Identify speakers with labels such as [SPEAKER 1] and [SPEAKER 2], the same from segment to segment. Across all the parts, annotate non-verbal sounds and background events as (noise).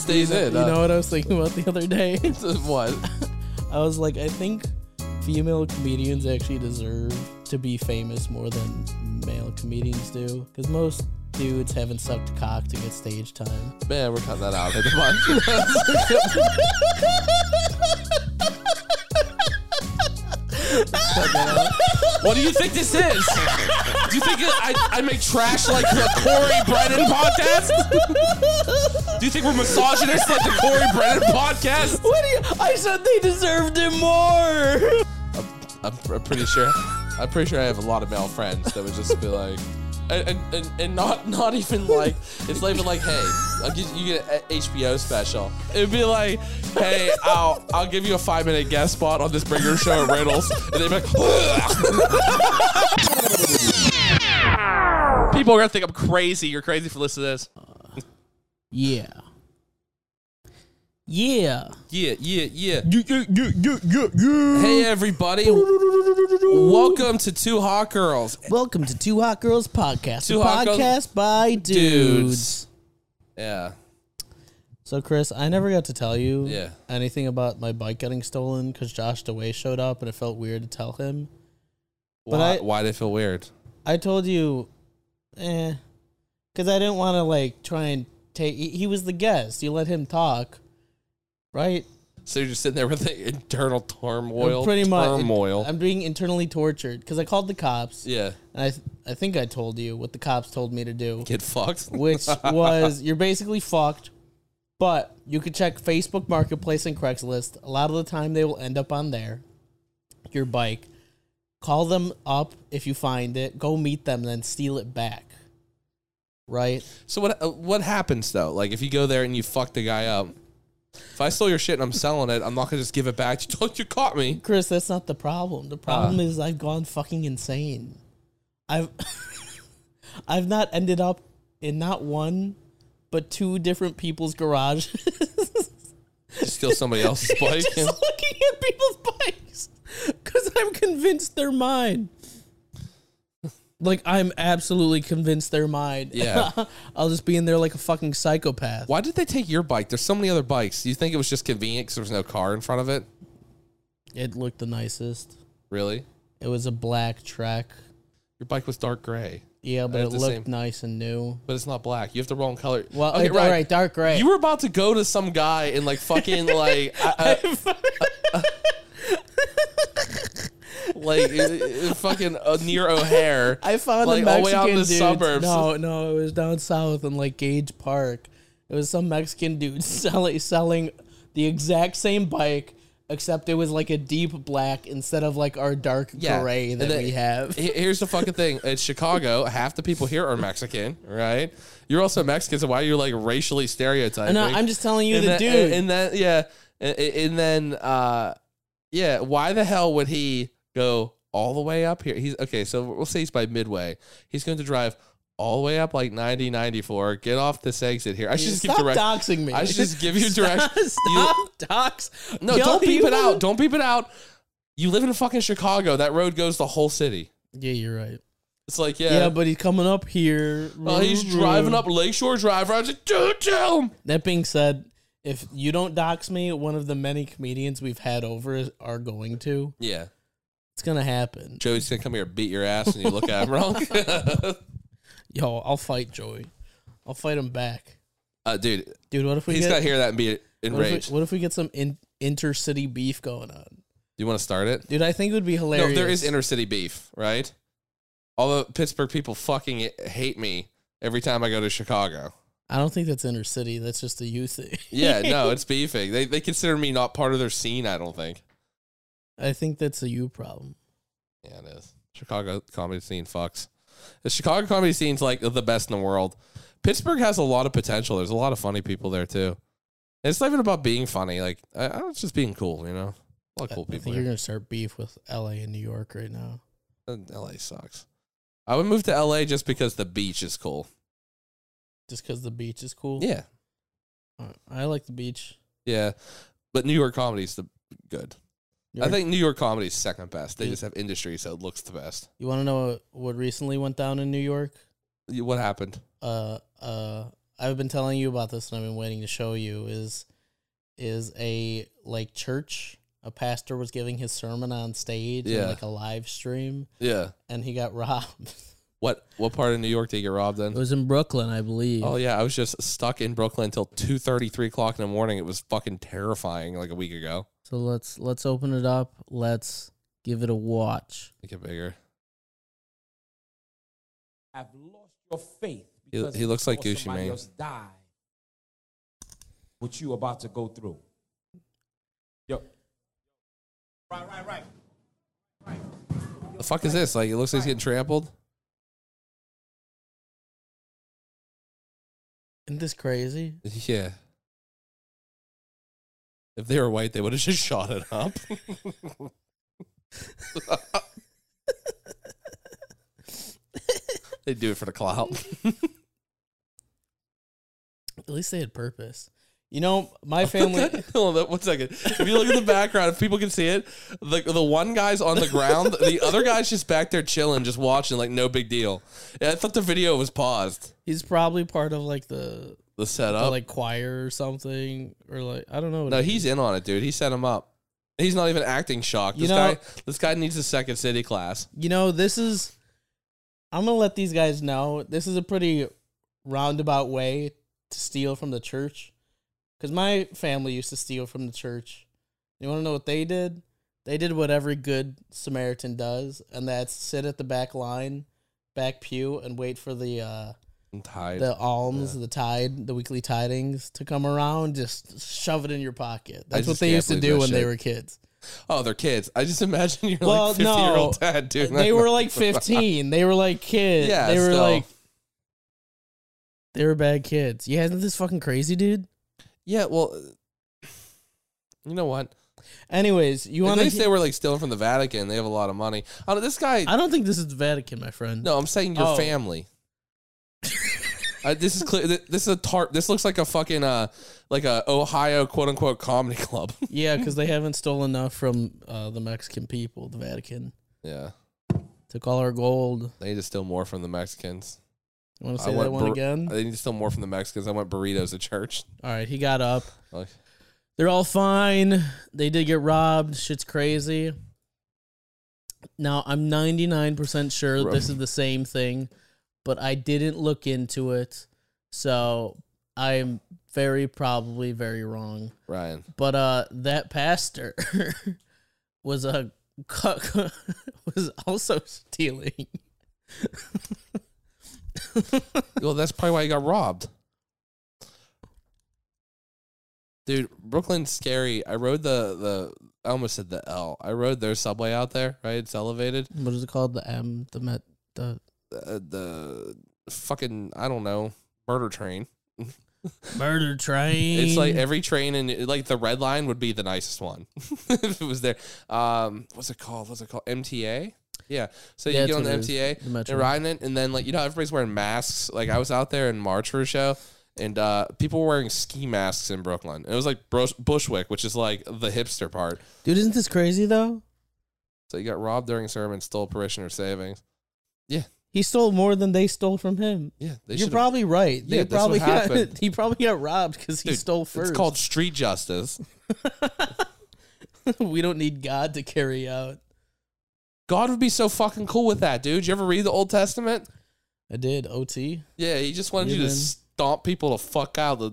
[SPEAKER 1] stays in.
[SPEAKER 2] You
[SPEAKER 1] huh?
[SPEAKER 2] know what I was thinking about the other day? (laughs)
[SPEAKER 1] what?
[SPEAKER 2] I was like, I think female comedians actually deserve to be famous more than male comedians do. Because most dudes haven't sucked cock to get stage time. (laughs)
[SPEAKER 1] Man, we're cutting that out. Hit the button. Cut that out. (laughs) What do you think this is? Do you think I, I make trash like the Corey Brennan podcast? Do you think we're misogynists like the Corey Brennan podcast?
[SPEAKER 2] What do you? I said they deserved it more. (laughs)
[SPEAKER 1] I'm, I'm pretty sure. I'm pretty sure I have a lot of male friends that would just be like, and, and, and, and not not even like it's not even like hey, I'll give, you get an HBO special. It'd be like hey, I'll I'll give you a five minute guest spot on this bringer show at Reynolds, and they'd be like.
[SPEAKER 3] People are gonna think I'm crazy. You're crazy for listening to this.
[SPEAKER 2] Yeah. Yeah.
[SPEAKER 1] Yeah, yeah, yeah.
[SPEAKER 2] Yeah. Yeah. Yeah. Yeah. yeah.
[SPEAKER 1] Hey everybody, welcome to Two Hot Girls.
[SPEAKER 2] Welcome to Two Hot Girls Podcast.
[SPEAKER 1] Two
[SPEAKER 2] a
[SPEAKER 1] Hot Girls-
[SPEAKER 2] podcast by dudes.
[SPEAKER 1] Dudes. Yeah,
[SPEAKER 2] So, Chris, I never got to tell you
[SPEAKER 1] Yeah.
[SPEAKER 2] anything about my bike getting stolen because Josh DeWay showed up and it felt weird to tell him. But
[SPEAKER 1] why
[SPEAKER 2] I-
[SPEAKER 1] why they feel weird?
[SPEAKER 2] I told you, eh, because I didn't want to like try and take. He, he was the guest. You let him talk, right?
[SPEAKER 1] So you're just sitting there with the (laughs) internal turmoil,
[SPEAKER 2] Pretty much.
[SPEAKER 1] turmoil.
[SPEAKER 2] I'm being internally tortured because I called the cops
[SPEAKER 1] yeah,
[SPEAKER 2] and I, th- I think I told you what the cops told me to do.
[SPEAKER 1] get fucked.
[SPEAKER 2] which was you're basically fucked. But you could check Facebook Marketplace and Craigslist. A lot of the time, they will end up on there. Your bike. Call them up if you find it. Go meet them, then steal it back. Right?
[SPEAKER 1] So what uh, what happens though? Like if you go there and you fuck the guy up, if I stole your shit and I'm selling it, I'm not gonna just give it back. You (laughs) told you caught me.
[SPEAKER 2] Chris, that's not the problem. The problem is I've gone fucking insane. I've (laughs) I've not ended up in not one, but two different people's garages. (laughs)
[SPEAKER 1] You steal somebody else's bike.
[SPEAKER 2] just looking at people's bikes because I'm convinced they're mine. Like I'm absolutely convinced they're mine.
[SPEAKER 1] (laughs) Yeah.
[SPEAKER 2] (laughs) I'll just be in there like a fucking psychopath.
[SPEAKER 1] Why did they take your bike? There's so many other bikes. Do you think it was just convenient because there was no car in front of it?
[SPEAKER 2] It looked the nicest.
[SPEAKER 1] Really?
[SPEAKER 2] It was a black track.
[SPEAKER 1] Your bike was dark gray,
[SPEAKER 2] Yeah, but
[SPEAKER 1] had
[SPEAKER 2] it
[SPEAKER 1] the
[SPEAKER 2] looked
[SPEAKER 1] same.
[SPEAKER 2] nice and new.
[SPEAKER 1] but it's not black. You have the wrong color.
[SPEAKER 2] Well,
[SPEAKER 1] Okay,
[SPEAKER 2] it- all right, dark gray.
[SPEAKER 1] You were about to go to some guy and like fucking
[SPEAKER 2] (laughs)
[SPEAKER 1] like uh, uh, uh, (laughs) like uh, uh, fucking uh, near O'Hare.
[SPEAKER 2] I found
[SPEAKER 1] like,
[SPEAKER 2] a
[SPEAKER 1] all the
[SPEAKER 2] Mexican
[SPEAKER 1] way out in the
[SPEAKER 2] dude.
[SPEAKER 1] suburbs.
[SPEAKER 2] No, no, it was down south in like Gage Park. It was some Mexican dude (laughs) selling selling the exact same bike, except it was like a deep black instead of like our dark
[SPEAKER 1] Yeah,
[SPEAKER 2] gray
[SPEAKER 1] and
[SPEAKER 2] that
[SPEAKER 1] then-
[SPEAKER 2] we
[SPEAKER 1] (laughs)
[SPEAKER 2] have. (laughs)
[SPEAKER 1] He- Here's the fucking thing. It's Chicago. Half the people here are Mexican, right? You're also Mexican, so why are you like racially stereotyping?
[SPEAKER 2] No, I'm just telling you
[SPEAKER 1] and
[SPEAKER 2] the
[SPEAKER 1] then,
[SPEAKER 2] dude.
[SPEAKER 1] And, and then yeah, and, and then uh, yeah. Why the hell would he go all the way up here? He's okay. So we'll say he's by Midway. He's going to drive all the way up like 90, 94. Get off this exit here. I should just give
[SPEAKER 2] Stop
[SPEAKER 1] direct.
[SPEAKER 2] doxing me.
[SPEAKER 1] I should just give you
[SPEAKER 2] (laughs) Stop,
[SPEAKER 1] directions.
[SPEAKER 2] stop dox.
[SPEAKER 1] No,
[SPEAKER 2] Yo,
[SPEAKER 1] don't beep
[SPEAKER 2] you
[SPEAKER 1] it
[SPEAKER 2] live-
[SPEAKER 1] out. Don't beep it out. You live in fucking Chicago. That road goes the whole city.
[SPEAKER 2] Yeah, you're right.
[SPEAKER 1] It's like
[SPEAKER 2] Yeah, but he's coming up here.
[SPEAKER 1] Well, Oh, he's driving up Lakeshore Drive. I was like, dude, tell him.
[SPEAKER 2] That being said, if you don't dox me, one of the many comedians we've had over is- are going to.
[SPEAKER 1] Yeah.
[SPEAKER 2] It's gonna happen.
[SPEAKER 1] Joey's going to come here, beat your ass, and you look at him wrong.
[SPEAKER 2] Yo, I'll fight Joey. I'll fight him back,
[SPEAKER 1] (laughs) uh, dude,
[SPEAKER 2] dude. What if we
[SPEAKER 1] he's
[SPEAKER 2] get
[SPEAKER 1] got to hear that and be
[SPEAKER 2] what, if
[SPEAKER 1] enraged.
[SPEAKER 2] we, what if we get some in, intercity beef going on,
[SPEAKER 1] Do you want to start it?
[SPEAKER 2] dude? I think it would be hilarious.
[SPEAKER 1] No, there is inner city beef, right? All the Pittsburgh people fucking hate me every time I go to Chicago.
[SPEAKER 2] I don't think that's intercity. That's just a you thing.
[SPEAKER 1] Yeah, no, it's beefing. They, they consider me not part of their scene, I don't think.
[SPEAKER 2] (laughs) I think that's a you problem.
[SPEAKER 1] Yeah, it is. Chicago comedy scene fucks. The Chicago comedy scene's like the best in the world. Pittsburgh has a lot of potential. There's a lot of funny people there too. And it's not even about being funny. Like I, I was just being cool, you know. A lot of cool people.
[SPEAKER 2] I think you're
[SPEAKER 1] Here.
[SPEAKER 2] gonna start beef with L.A. and New York right now.
[SPEAKER 1] And LA Uh, sucks. I would move to LA just because the beach is cool.
[SPEAKER 2] Just because the beach is cool.
[SPEAKER 1] Yeah,
[SPEAKER 2] Uh, I like the beach.
[SPEAKER 1] yeah. But New York comedy's the good.
[SPEAKER 2] New
[SPEAKER 1] I
[SPEAKER 2] York-
[SPEAKER 1] think New York comedy's second best. They
[SPEAKER 2] Yeah.
[SPEAKER 1] just have industry, so it looks the best.
[SPEAKER 2] you want to know what recently went down in New York.
[SPEAKER 1] You- What happened?
[SPEAKER 2] uh, uh, I've been telling you about this and I've been waiting to show you is is a like church a pastor was giving his sermon on stage in
[SPEAKER 1] Yeah.
[SPEAKER 2] like a live stream
[SPEAKER 1] Yeah.
[SPEAKER 2] and he got (laughs) robbed.
[SPEAKER 1] What what part of New York did you get robbed in?
[SPEAKER 2] It was in Brooklyn, I believe.
[SPEAKER 1] Oh yeah, I was just stuck in Brooklyn until two thirty, three o'clock in the morning. It was fucking terrifying like a week ago.
[SPEAKER 2] So let's let's open it up. Let's give it a watch.
[SPEAKER 1] Make it bigger.
[SPEAKER 4] have lost your faith
[SPEAKER 1] He-
[SPEAKER 4] because
[SPEAKER 1] he looks
[SPEAKER 4] you
[SPEAKER 1] like
[SPEAKER 4] saw
[SPEAKER 1] Gucci
[SPEAKER 4] somebody
[SPEAKER 1] Mane.
[SPEAKER 4] Else die. What you about to go through? Yo,
[SPEAKER 1] The fuck is this? Like it looks like he's getting trampled.
[SPEAKER 2] Isn't this crazy?
[SPEAKER 1] (laughs) Yeah. If they were white, they would have (laughs) just shot it up. they do it for the clout.
[SPEAKER 2] At least they had purpose. You know,
[SPEAKER 1] (laughs)
[SPEAKER 2] my family
[SPEAKER 1] (laughs) Hold on, one second. If you look at the background, if people can see it, the the one guy's on the ground, the other guy's just back there chilling, just watching, like no big deal. Yeah, I thought the video was paused.
[SPEAKER 2] he's probably part of like the,
[SPEAKER 1] The
[SPEAKER 2] the,
[SPEAKER 1] setup.
[SPEAKER 2] like choir or something or like I don't know. what
[SPEAKER 1] Oh. no,
[SPEAKER 2] it
[SPEAKER 1] he's in on it, dude. He set him up. He's not even acting shocked.
[SPEAKER 2] You
[SPEAKER 1] This
[SPEAKER 2] know-
[SPEAKER 1] guy, this guy needs a second city class.
[SPEAKER 2] you know, this is I'm gonna let these guys know this is a pretty roundabout way to steal from the church. Cause my family used to steal from the church. You wanna know what they did? They did what every good Samaritan does, and that's sit at the back line, back pew, and wait for the uh
[SPEAKER 1] I'm tired.
[SPEAKER 2] the alms, the tide, the weekly tidings to come around, just shove it in your pocket. That's what
[SPEAKER 1] just
[SPEAKER 2] they
[SPEAKER 1] can't
[SPEAKER 2] used to
[SPEAKER 1] believe
[SPEAKER 2] do
[SPEAKER 1] that
[SPEAKER 2] when they
[SPEAKER 1] shit.
[SPEAKER 2] were kids.
[SPEAKER 1] (laughs) oh, they're kids. I just (laughs) imagine you're
[SPEAKER 2] Well,
[SPEAKER 1] like 50 year old
[SPEAKER 2] no.
[SPEAKER 1] dad, dude.
[SPEAKER 2] they were like 15. They were like kids.
[SPEAKER 1] (laughs) Yeah,
[SPEAKER 2] they were
[SPEAKER 1] still.
[SPEAKER 2] like they were bad kids. Yeah, isn't this fucking crazy, dude?
[SPEAKER 1] yeah. Well, you know what?
[SPEAKER 2] Anyways, you
[SPEAKER 1] At
[SPEAKER 2] want
[SPEAKER 1] least they
[SPEAKER 2] to?
[SPEAKER 1] were like stealing from the Vatican. They have a lot of money. I don't, this guy.
[SPEAKER 2] I don't think this is the Vatican, my friend.
[SPEAKER 1] No, I'm saying your
[SPEAKER 2] Oh.
[SPEAKER 1] family. Uh, this is clear. th- This is a tarp. This looks like a fucking uh, like a Ohio quote unquote comedy club.
[SPEAKER 2] (laughs)
[SPEAKER 1] (laughs)
[SPEAKER 2] Yeah, because they haven't stolen enough from uh, the Mexican people. The Vatican
[SPEAKER 1] yeah,
[SPEAKER 2] took all our gold.
[SPEAKER 1] they need to steal more from the Mexicans.
[SPEAKER 2] You want to say that one
[SPEAKER 1] bur-
[SPEAKER 2] again?
[SPEAKER 1] They need to steal more from the Mexicans. I want burritos at church.
[SPEAKER 2] all right, he got up.
[SPEAKER 1] Like,
[SPEAKER 2] They're all fine. They did get robbed. Shit's crazy. Now, I'm 99% sure
[SPEAKER 1] Bro.
[SPEAKER 2] this is the same thing, but I didn't look into it. So I'm very probably very wrong.
[SPEAKER 1] Ryan,
[SPEAKER 2] But uh that pastor (laughs) was a cuck- (laughs) was also stealing.
[SPEAKER 1] well, that's probably why you got robbed. Dude, Brooklyn's scary. I rode the the. I almost said the L. I rode their subway out there. Right, it's elevated.
[SPEAKER 2] What is it called? The M, the Met, the
[SPEAKER 1] uh, the fucking I don't know murder train.
[SPEAKER 2] murder train.
[SPEAKER 1] It's like every train and like the red line would be the nicest one (laughs) if it was there. Um, what's it called? What's it called? MTA. Yeah. So
[SPEAKER 2] Yeah,
[SPEAKER 1] you get
[SPEAKER 2] that's
[SPEAKER 1] on the
[SPEAKER 2] what it is.
[SPEAKER 1] MTA
[SPEAKER 2] The metro.
[SPEAKER 1] and riding it, and then like you know everybody's wearing masks. Like I was out there in March for a show. And uh, people were wearing ski masks in Brooklyn. It was like Brush- Bushwick, which is like the hipster part.
[SPEAKER 2] Dude, isn't this crazy though?
[SPEAKER 1] So you got robbed during sermon, stole parishioner savings.
[SPEAKER 2] He stole more than they stole from him.
[SPEAKER 1] Yeah, they
[SPEAKER 2] You're
[SPEAKER 1] should've-
[SPEAKER 2] probably right. They
[SPEAKER 1] Yeah, that's
[SPEAKER 2] probably
[SPEAKER 1] what
[SPEAKER 2] got, (laughs)
[SPEAKER 1] happened.
[SPEAKER 2] he probably got robbed because he
[SPEAKER 1] Dude,
[SPEAKER 2] stole first.
[SPEAKER 1] It's called street justice.
[SPEAKER 2] (laughs) we don't need God to carry out.
[SPEAKER 1] God would be so fucking cool with that, dude. You ever read the Old Testament?
[SPEAKER 2] I did OT.
[SPEAKER 1] Yeah, he just wanted you to
[SPEAKER 2] Amen.
[SPEAKER 1] stomp people to fuck out that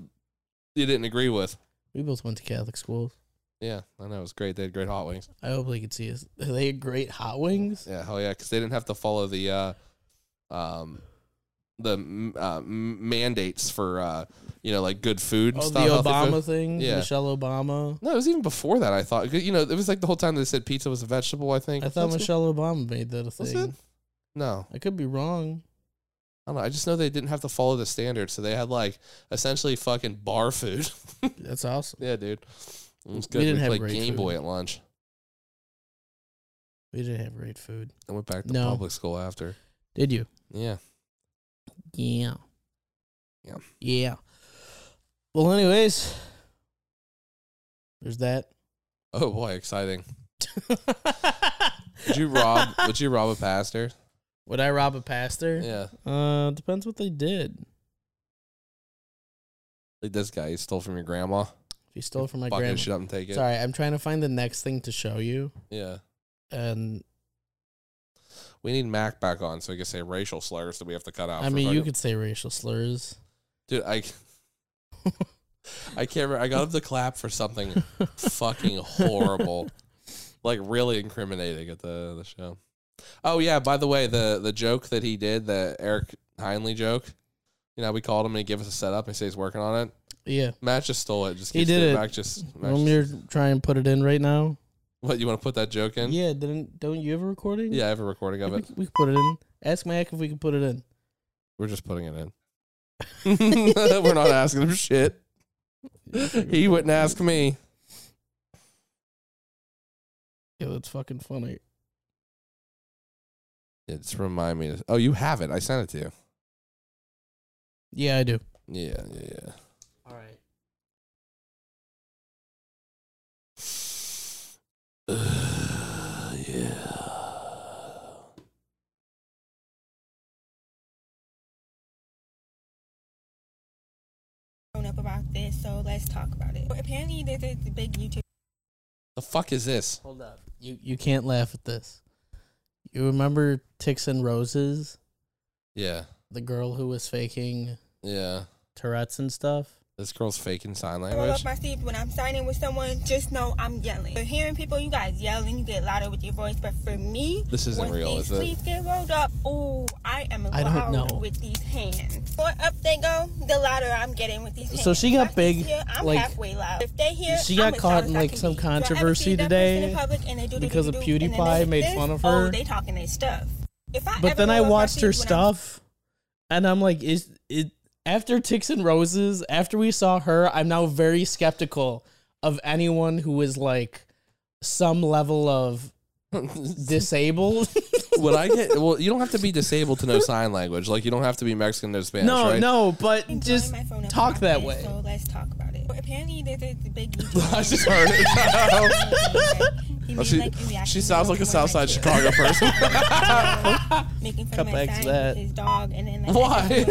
[SPEAKER 1] you didn't agree with.
[SPEAKER 2] We both went to Catholic schools.
[SPEAKER 1] Yeah, I know. It was great. They had great hot wings.
[SPEAKER 2] I hope they could see us. They had great hot wings.
[SPEAKER 1] Yeah, hell yeah. Because they didn't have to follow the, uh, um, the m- uh, m- mandates for, uh, you know, like good food and
[SPEAKER 2] Oh, the
[SPEAKER 1] stuff. healthy
[SPEAKER 2] Obama
[SPEAKER 1] food.
[SPEAKER 2] thing.
[SPEAKER 1] Yeah.
[SPEAKER 2] Michelle Obama.
[SPEAKER 1] No, it was even before that, I thought. 'Cause, You know, it was like the whole time they said pizza was a vegetable, I think.
[SPEAKER 2] I thought
[SPEAKER 1] That's-
[SPEAKER 2] Michelle Obama made that a
[SPEAKER 1] was
[SPEAKER 2] thing.
[SPEAKER 1] it? No.
[SPEAKER 2] I could
[SPEAKER 1] (laughs)
[SPEAKER 2] be wrong.
[SPEAKER 1] I don't know. I just know they didn't have to follow the standards. So they had, like, essentially fucking bar food. (laughs)
[SPEAKER 2] That's awesome.
[SPEAKER 1] Yeah, dude. It was
[SPEAKER 2] We
[SPEAKER 1] good. We,
[SPEAKER 2] didn't have
[SPEAKER 1] played
[SPEAKER 2] great
[SPEAKER 1] Game
[SPEAKER 2] food.
[SPEAKER 1] Boy at lunch.
[SPEAKER 2] We did have great food.
[SPEAKER 1] I went back to
[SPEAKER 2] No.
[SPEAKER 1] public school after.
[SPEAKER 2] Did you?
[SPEAKER 1] Yeah.
[SPEAKER 2] Yeah.
[SPEAKER 1] Yeah.
[SPEAKER 2] Yeah. Well, anyways, there's that.
[SPEAKER 1] Oh boy, exciting. (laughs) Would
[SPEAKER 2] (laughs)
[SPEAKER 1] you rob would you rob a pastor?
[SPEAKER 2] Would I rob a pastor?
[SPEAKER 1] Yeah.
[SPEAKER 2] Uh, depends what they did.
[SPEAKER 1] Like this guy, he stole from your grandma.
[SPEAKER 2] If you stole it from my
[SPEAKER 1] Fuck
[SPEAKER 2] grandma.
[SPEAKER 1] his shit up and take it.
[SPEAKER 2] Sorry, I'm trying to find the next thing to show you,
[SPEAKER 1] Yeah.
[SPEAKER 2] and
[SPEAKER 1] We need Mac back on so he can say racial slurs that we have to cut out.
[SPEAKER 2] I
[SPEAKER 1] for
[SPEAKER 2] mean, you
[SPEAKER 1] fucking-
[SPEAKER 2] could say
[SPEAKER 1] (laughs)
[SPEAKER 2] racial slurs.
[SPEAKER 1] dude. I I can't. Remember. I got him to clap for something fucking
[SPEAKER 2] (laughs)
[SPEAKER 1] horrible, like really incriminating at the the show. Oh yeah, by the way, the the joke that he did, the Eric Heinley joke. You know, we called him and he gave us a setup. And he says he's working on it.
[SPEAKER 2] Yeah,
[SPEAKER 1] Matt just stole it. Just
[SPEAKER 2] He
[SPEAKER 1] keeps
[SPEAKER 2] did
[SPEAKER 1] doing
[SPEAKER 2] it.
[SPEAKER 1] Mac just, Mac
[SPEAKER 2] I'm
[SPEAKER 1] just-
[SPEAKER 2] here trying to put it in right now.
[SPEAKER 1] what you want to put that joke in? Yeah,
[SPEAKER 2] Yeah, didn't don't you have a recording?
[SPEAKER 1] I have a recording of
[SPEAKER 2] we,
[SPEAKER 1] it.
[SPEAKER 2] c- we could put it in. Ask Mac if we could put it in.
[SPEAKER 1] We're just putting it in. (laughs) We're not
[SPEAKER 2] (laughs)
[SPEAKER 1] asking him shit. He wouldn't ask me.
[SPEAKER 2] Yeah, that's fucking funny.
[SPEAKER 1] Yeah, just remind me. To, oh, you have it. I sent it to you.
[SPEAKER 2] Yeah, I do.
[SPEAKER 1] Yeah, yeah, yeah.
[SPEAKER 2] All right.
[SPEAKER 1] (sighs) yeah.
[SPEAKER 5] grown up about this, so let's talk about it. But apparently, there's this big YouTube
[SPEAKER 1] The fuck is this?
[SPEAKER 2] Hold up. You you can't laugh at this. You remember Ticks and Roses,
[SPEAKER 1] Yeah,
[SPEAKER 2] the girl who was faking
[SPEAKER 1] yeah.
[SPEAKER 2] Tourette's and stuff?
[SPEAKER 1] This girl's faking sign
[SPEAKER 5] roll up
[SPEAKER 1] language.
[SPEAKER 5] my sleeves when I'm signing with someone. Just know I'm yelling. But hearing people, you guys yelling, you get louder with your voice. But for me,
[SPEAKER 1] This isn't
[SPEAKER 5] when
[SPEAKER 1] real,
[SPEAKER 5] these
[SPEAKER 1] is it?
[SPEAKER 5] sleeves get rolled up, ooh, I am
[SPEAKER 2] I don't
[SPEAKER 5] loud
[SPEAKER 2] know.
[SPEAKER 5] with these hands. The more up they go, the louder I'm getting with these hands.
[SPEAKER 2] So she got
[SPEAKER 5] If I see
[SPEAKER 2] big,
[SPEAKER 5] here, I'm
[SPEAKER 2] like-
[SPEAKER 5] halfway loud. If they hear,
[SPEAKER 2] She
[SPEAKER 5] I'm
[SPEAKER 2] got
[SPEAKER 5] as
[SPEAKER 2] caught
[SPEAKER 5] loud
[SPEAKER 2] in,
[SPEAKER 5] as I
[SPEAKER 2] like,
[SPEAKER 5] can
[SPEAKER 2] some
[SPEAKER 5] be. Do I ever see
[SPEAKER 2] controversy
[SPEAKER 5] that person in
[SPEAKER 2] today
[SPEAKER 5] public and they do- do- do-
[SPEAKER 2] because of
[SPEAKER 5] do- do, and then they
[SPEAKER 2] PewDiePie
[SPEAKER 5] do
[SPEAKER 2] made
[SPEAKER 5] this?
[SPEAKER 2] fun of
[SPEAKER 5] Oh,
[SPEAKER 2] her.
[SPEAKER 5] they talking their stuff. If I
[SPEAKER 2] But
[SPEAKER 5] ever
[SPEAKER 2] then I
[SPEAKER 5] roll up my
[SPEAKER 2] watched her
[SPEAKER 5] sleeves when I'm
[SPEAKER 2] stuff, and I'm like, is it after Ticks and Roses? After we saw her, I'm now very skeptical of anyone who is like some
[SPEAKER 1] (laughs)
[SPEAKER 2] level of disabled.
[SPEAKER 1] Would I
[SPEAKER 5] (laughs)
[SPEAKER 1] get? Well, you don't have to be disabled to know sign language. Like you don't have to be Mexican to know Spanish.
[SPEAKER 2] no,
[SPEAKER 1] right?
[SPEAKER 2] no, but
[SPEAKER 5] blowing
[SPEAKER 2] just
[SPEAKER 5] my phone up
[SPEAKER 2] talk
[SPEAKER 5] about
[SPEAKER 2] that
[SPEAKER 5] this,
[SPEAKER 2] way.
[SPEAKER 5] So let's talk about it. But apparently, there's this
[SPEAKER 2] (laughs)
[SPEAKER 5] big
[SPEAKER 1] (laughs)
[SPEAKER 5] YouTube.
[SPEAKER 1] I just heard it.
[SPEAKER 5] (laughs)
[SPEAKER 1] (laughs)
[SPEAKER 5] He
[SPEAKER 1] Oh,
[SPEAKER 5] made,
[SPEAKER 1] she,
[SPEAKER 5] like, a reaction
[SPEAKER 1] she
[SPEAKER 5] video
[SPEAKER 1] sounds like
[SPEAKER 5] to
[SPEAKER 1] a
[SPEAKER 5] one of
[SPEAKER 1] Southside
[SPEAKER 5] my
[SPEAKER 1] Chicago person. (laughs)
[SPEAKER 5] kids Making fun
[SPEAKER 2] Cut
[SPEAKER 5] of
[SPEAKER 2] back
[SPEAKER 5] my
[SPEAKER 2] to
[SPEAKER 5] sign
[SPEAKER 2] that.
[SPEAKER 5] with his dog, and then like,
[SPEAKER 1] Why? (laughs)
[SPEAKER 5] (laughs) I just-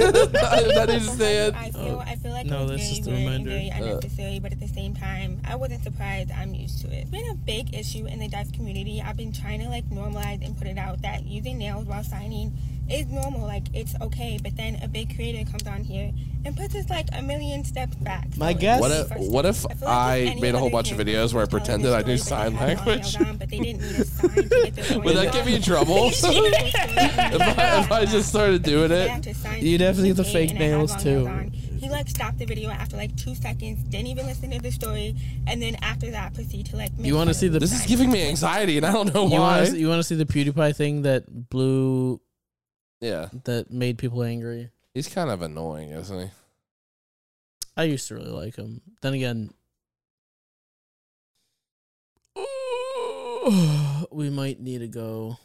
[SPEAKER 1] that is
[SPEAKER 5] I
[SPEAKER 1] dead.
[SPEAKER 5] feel, I feel like
[SPEAKER 2] No,
[SPEAKER 5] it was
[SPEAKER 2] that's
[SPEAKER 5] very
[SPEAKER 2] just a
[SPEAKER 5] weird
[SPEAKER 2] reminder.
[SPEAKER 5] and very
[SPEAKER 2] Uh.
[SPEAKER 5] unnecessary, but at the same time, I wasn't surprised. I'm used to it. It's been a big issue in the dive community. I've been trying to like normalize and put it out that using nails while signing is normal, like it's okay. But then a big creator comes on here and puts us like a million steps back.
[SPEAKER 2] My
[SPEAKER 5] it's
[SPEAKER 2] guess-
[SPEAKER 1] What
[SPEAKER 5] the
[SPEAKER 1] if
[SPEAKER 5] first
[SPEAKER 1] what if
[SPEAKER 5] step. feel like
[SPEAKER 1] I
[SPEAKER 5] any
[SPEAKER 1] made a whole
[SPEAKER 5] other
[SPEAKER 1] bunch of
[SPEAKER 5] kid
[SPEAKER 1] videos where I
[SPEAKER 5] could tell
[SPEAKER 1] pretended
[SPEAKER 5] this
[SPEAKER 1] I knew
[SPEAKER 5] story,
[SPEAKER 1] sign
[SPEAKER 5] but they had it all
[SPEAKER 1] language?
[SPEAKER 5] nailed down, but they didn't need a sign to get their
[SPEAKER 1] (laughs) Would
[SPEAKER 5] point
[SPEAKER 1] that give
[SPEAKER 5] (laughs) across.
[SPEAKER 1] me trouble? (laughs) if, I, if I just started doing it,
[SPEAKER 2] You definitely get the fake nails, too.
[SPEAKER 5] He like stopped the video after like two seconds, didn't even listen to the story, and then after that proceed to like. make
[SPEAKER 2] You want to
[SPEAKER 5] fun
[SPEAKER 2] see
[SPEAKER 5] of
[SPEAKER 2] the
[SPEAKER 1] this is giving me anxiety, and I don't know
[SPEAKER 2] you
[SPEAKER 1] why.
[SPEAKER 2] want to you want to see the PewDiePie thing that blew
[SPEAKER 1] yeah,
[SPEAKER 2] that made people angry?
[SPEAKER 1] he's kind of annoying, isn't he?
[SPEAKER 2] I used to really like him. Then again, (sighs) we might need to go.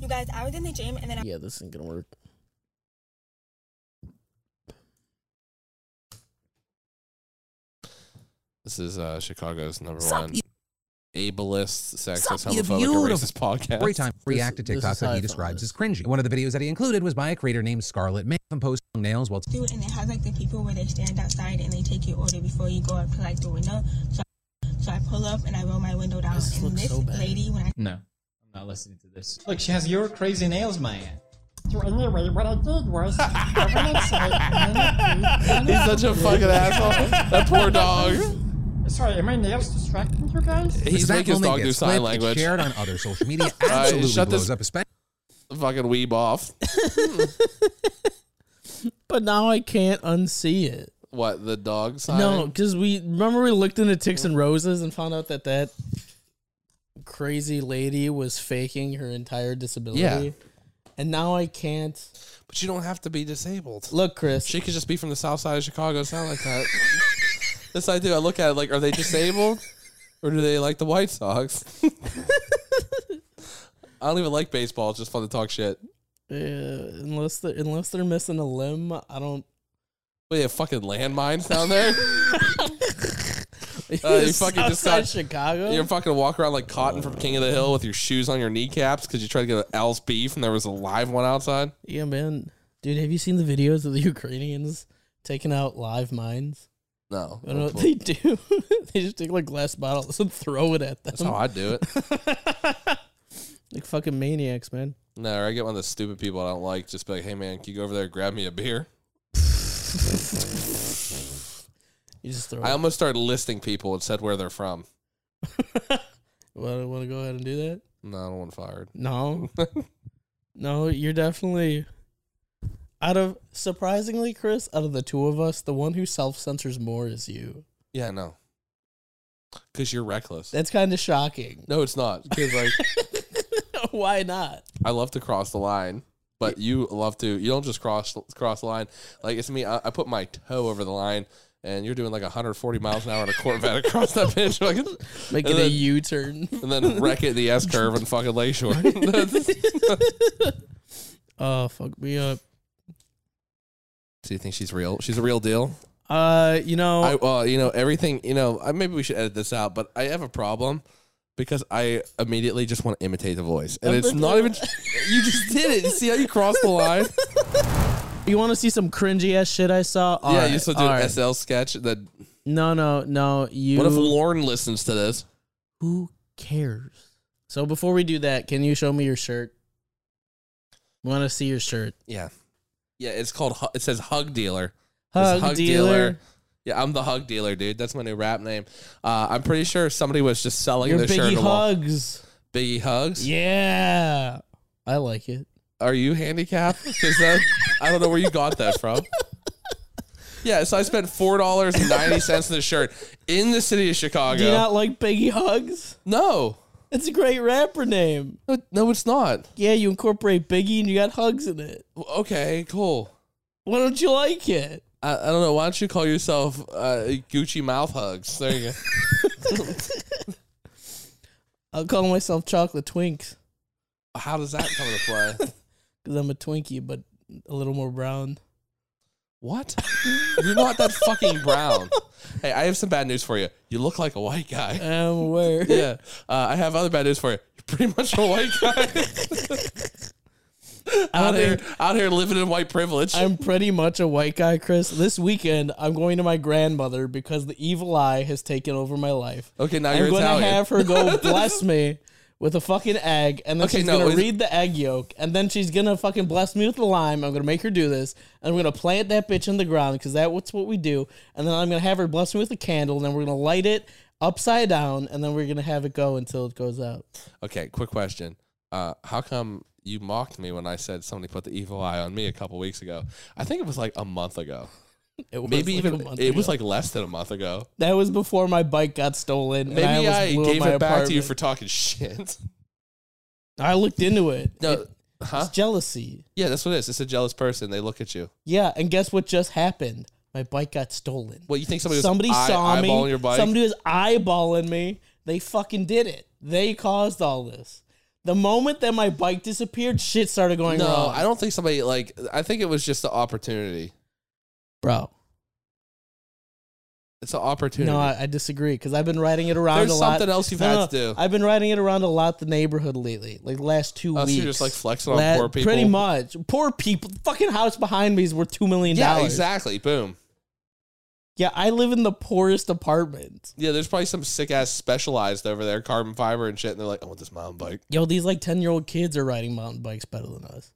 [SPEAKER 5] You guys, I was in the gym and then I
[SPEAKER 2] Yeah, this isn't gonna work.
[SPEAKER 1] This is uh, Chicago's number
[SPEAKER 6] Sup,
[SPEAKER 1] one
[SPEAKER 6] you-
[SPEAKER 1] ableist, sexist,
[SPEAKER 6] Sup, you
[SPEAKER 1] homophobic, and
[SPEAKER 6] beautiful-
[SPEAKER 1] racist podcast.
[SPEAKER 6] Every time
[SPEAKER 2] This-
[SPEAKER 6] react to
[SPEAKER 2] this is
[SPEAKER 6] TikToks
[SPEAKER 2] how
[SPEAKER 6] that
[SPEAKER 2] I
[SPEAKER 6] he
[SPEAKER 2] found
[SPEAKER 6] describes
[SPEAKER 2] this.
[SPEAKER 6] as cringy. One of the videos that he included was by a creator named Scarlett May and posts nails while
[SPEAKER 5] do, and it has like the people where they stand outside and they take your order before you go up to like the window. So, so I pull up and I roll my window down,
[SPEAKER 2] This
[SPEAKER 5] and
[SPEAKER 2] looks
[SPEAKER 5] this
[SPEAKER 2] so bad.
[SPEAKER 5] lady when I
[SPEAKER 7] No, I'm not listening to this. Look, she has your crazy nails, Maya. So anyway, what I did was I went outside and I played-
[SPEAKER 1] He's such a fucking asshole. That
[SPEAKER 6] (laughs)
[SPEAKER 1] poor dog.
[SPEAKER 7] Sorry, am my nails distracting you guys?
[SPEAKER 1] He's
[SPEAKER 6] So that
[SPEAKER 1] making his
[SPEAKER 6] moment
[SPEAKER 1] dog do
[SPEAKER 6] gets
[SPEAKER 1] sign
[SPEAKER 6] clipped,
[SPEAKER 1] language.
[SPEAKER 6] shared on other
[SPEAKER 1] (laughs)
[SPEAKER 6] social media. Absolutely
[SPEAKER 1] shut
[SPEAKER 6] blows
[SPEAKER 1] this-
[SPEAKER 6] up, especially
[SPEAKER 1] Fucking weeb off.
[SPEAKER 2] But now I can't unsee it.
[SPEAKER 1] What the dog sign?
[SPEAKER 2] No, because we remember we looked into Ticks
[SPEAKER 1] Mm.
[SPEAKER 2] and Roses and found out that that crazy lady was faking her entire disability.
[SPEAKER 1] Yeah.
[SPEAKER 2] And now I can't
[SPEAKER 1] but you don't have to be disabled.
[SPEAKER 2] look, Chris.
[SPEAKER 1] She could just be from the south side of Chicago. and Sound like that. this I do. I look at it like, are they disabled, or do they like the White Sox? (laughs) I don't even like baseball. It's just fun to talk shit.
[SPEAKER 2] Yeah, unless they're unless they're missing a limb, I don't.
[SPEAKER 1] What, you have fucking landmines down there? Uh,
[SPEAKER 2] (laughs)
[SPEAKER 1] you fucking just
[SPEAKER 2] Southside
[SPEAKER 1] got-
[SPEAKER 2] Chicago.
[SPEAKER 1] you ever fucking walk around like Cotton from King of the Hill with your shoes on your kneecaps because you tried to get an Al's beef and there was a live one outside?
[SPEAKER 2] Yeah, man. Dude, have you seen the videos of the (laughs) Ukrainians taking out live mines?
[SPEAKER 1] No.
[SPEAKER 2] I don't know what they do. (laughs) they just take like glass bottles and throw it at them.
[SPEAKER 1] That's how I do it.
[SPEAKER 2] like fucking maniacs, man.
[SPEAKER 1] No, or I get one of the stupid people I don't like. Just be like, hey man, can you go over there and grab me a beer?
[SPEAKER 2] You just throw.
[SPEAKER 1] I
[SPEAKER 2] it.
[SPEAKER 1] almost started listing people and said where they're from.
[SPEAKER 2] Want to want to go ahead and do that?
[SPEAKER 1] No, I don't want fired. (laughs)
[SPEAKER 2] No, no, you're definitely out of surprisingly, Chris. Out of the two of us, the one who self censors more is you.
[SPEAKER 1] Yeah, no. Because you're reckless.
[SPEAKER 2] That's kind of shocking. (laughs)
[SPEAKER 1] No, it's not. Because like
[SPEAKER 2] Why not?
[SPEAKER 1] I love to cross the line, but you love to. You don't just cross cross the line. Like it's me. I, I put my toe over the line, and you're doing like 140 miles an hour in a Corvette across that bitch, like,
[SPEAKER 2] Making
[SPEAKER 1] And
[SPEAKER 2] a
[SPEAKER 1] then-
[SPEAKER 2] U turn.
[SPEAKER 1] and then wreck it in the S curve and fucking Lakeshore.
[SPEAKER 2] (laughs)
[SPEAKER 1] (laughs)
[SPEAKER 2] Oh, fuck me up.
[SPEAKER 1] Do you think she's real? She's a real deal.
[SPEAKER 2] Uh, you know,
[SPEAKER 1] I well, you know everything. You know, I, maybe we should edit this out, but I have a problem because I immediately just want to imitate the voice, and it's not even. You just did it. You see how you crossed the line?
[SPEAKER 2] you want to see some cringy ass shit I saw? All
[SPEAKER 1] yeah,
[SPEAKER 2] right,
[SPEAKER 1] you still do
[SPEAKER 2] all
[SPEAKER 1] an
[SPEAKER 2] right.
[SPEAKER 1] SL sketch. That
[SPEAKER 2] No, no, no. You.
[SPEAKER 1] what if Lauren listens to this?
[SPEAKER 2] Who cares? So before we do that, can you show me your shirt? Want to see your shirt?
[SPEAKER 1] Yeah. Yeah, it's called Hu- it says Hug Dealer. It's
[SPEAKER 2] Hug, dealer.
[SPEAKER 1] Yeah, I'm the Hug Dealer, dude. That's my new rap name. Uh, I'm pretty sure somebody was just selling
[SPEAKER 2] Your
[SPEAKER 1] their shirt.
[SPEAKER 2] biggie
[SPEAKER 1] to Wal-
[SPEAKER 2] hugs.
[SPEAKER 1] Biggie Hugs.
[SPEAKER 2] Yeah, I like it.
[SPEAKER 1] Are you handicapped? 'Cause that- I don't know where you got that
[SPEAKER 2] (laughs)
[SPEAKER 1] from. Yeah, so I spent four dollars and ninety cents on the shirt in the city of Chicago.
[SPEAKER 2] Do you not like Biggie Hugs?
[SPEAKER 1] no,
[SPEAKER 2] It's a great rapper name.
[SPEAKER 1] no, no, it's not.
[SPEAKER 2] Yeah, you incorporate Biggie and you got hugs in it.
[SPEAKER 1] Okay, cool.
[SPEAKER 2] Why don't you like it?
[SPEAKER 1] I, I don't know. Why don't you call yourself uh, Gucci Mouth Hugs? There you go. (laughs)
[SPEAKER 2] I'll call myself Chocolate Twinks
[SPEAKER 1] How does that come into play?
[SPEAKER 2] because I'm a Twinkie, but a little more brown.
[SPEAKER 1] What? You're not that fucking brown. Hey, I have some bad news for you. You look like a white guy.
[SPEAKER 2] I'm aware.
[SPEAKER 1] (laughs) Yeah. Uh, I have other bad news for you. You're pretty much a white
[SPEAKER 2] (laughs)
[SPEAKER 1] guy
[SPEAKER 2] I
[SPEAKER 1] out
[SPEAKER 2] don't
[SPEAKER 1] here,
[SPEAKER 2] think
[SPEAKER 1] out here living in white privilege.
[SPEAKER 2] I'm pretty much a white guy, Chris. This weekend, I'm going to my grandmother because the evil eye has taken over my life.
[SPEAKER 1] okay, now
[SPEAKER 2] I'm
[SPEAKER 1] you're
[SPEAKER 2] going
[SPEAKER 1] Italian.
[SPEAKER 2] to have
[SPEAKER 1] (laughs)
[SPEAKER 2] her go bless me with a fucking egg, and then
[SPEAKER 1] Okay,
[SPEAKER 2] she's
[SPEAKER 1] no,
[SPEAKER 2] going
[SPEAKER 1] is-
[SPEAKER 2] to read the egg yolk, and then she's going to fucking bless me with the lime. I'm going to make her do this, and I'm going to plant that bitch in the ground because that's what we do. And then I'm going to have her bless me with a candle, and then we're going to light it upside down, and then we're going to have it go until it goes out.
[SPEAKER 1] okay, quick question. Uh, how come you mocked me when I said somebody put the evil eye on me a couple weeks ago? I think it was like a month ago.
[SPEAKER 2] It was
[SPEAKER 1] Maybe
[SPEAKER 2] like a
[SPEAKER 1] even
[SPEAKER 2] month
[SPEAKER 1] it was
[SPEAKER 2] ago.
[SPEAKER 1] like less than a month ago.
[SPEAKER 2] that was before my bike got stolen. and
[SPEAKER 1] Maybe
[SPEAKER 2] almost
[SPEAKER 1] I,
[SPEAKER 2] blew up
[SPEAKER 1] gave it
[SPEAKER 2] my
[SPEAKER 1] back to you
[SPEAKER 2] apartment.
[SPEAKER 1] for talking shit.
[SPEAKER 2] I looked into it.
[SPEAKER 1] No,
[SPEAKER 2] It-
[SPEAKER 1] huh?
[SPEAKER 2] It's jealousy.
[SPEAKER 1] Yeah, that's what it is. It's a jealous person. They look at you.
[SPEAKER 2] Yeah, and guess what just happened? My bike got stolen.
[SPEAKER 1] Well, you think somebody was
[SPEAKER 2] somebody
[SPEAKER 1] eye-
[SPEAKER 2] saw me.
[SPEAKER 1] eyeballing your bike?
[SPEAKER 2] Somebody was eyeballing me. They fucking did it. They caused all this. The moment that my bike disappeared, shit started going
[SPEAKER 1] no,
[SPEAKER 2] wrong.
[SPEAKER 1] I don't think somebody like. I think it was just the opportunity.
[SPEAKER 2] bro.
[SPEAKER 1] It's an opportunity.
[SPEAKER 2] No, I, I disagree because I've been riding it around
[SPEAKER 1] There's
[SPEAKER 2] a lot.
[SPEAKER 1] something else you've
[SPEAKER 2] No,
[SPEAKER 1] had
[SPEAKER 2] no,
[SPEAKER 1] to do.
[SPEAKER 2] I've been riding it around a lot the neighborhood lately, like the last two
[SPEAKER 1] Oh, so
[SPEAKER 2] weeks.
[SPEAKER 1] you're just, like, flexing on poor people?
[SPEAKER 2] Pretty much, poor people. The fucking house behind me is worth two million
[SPEAKER 1] yeah,
[SPEAKER 2] dollars.
[SPEAKER 1] exactly. Boom.
[SPEAKER 2] Yeah, I live in the poorest apartment.
[SPEAKER 1] Yeah, there's probably some sick ass specialized over there, carbon fiber and shit, and they're like, "I want this mountain bike."
[SPEAKER 2] Yo, these like 10 year old kids are riding mountain bikes better than us.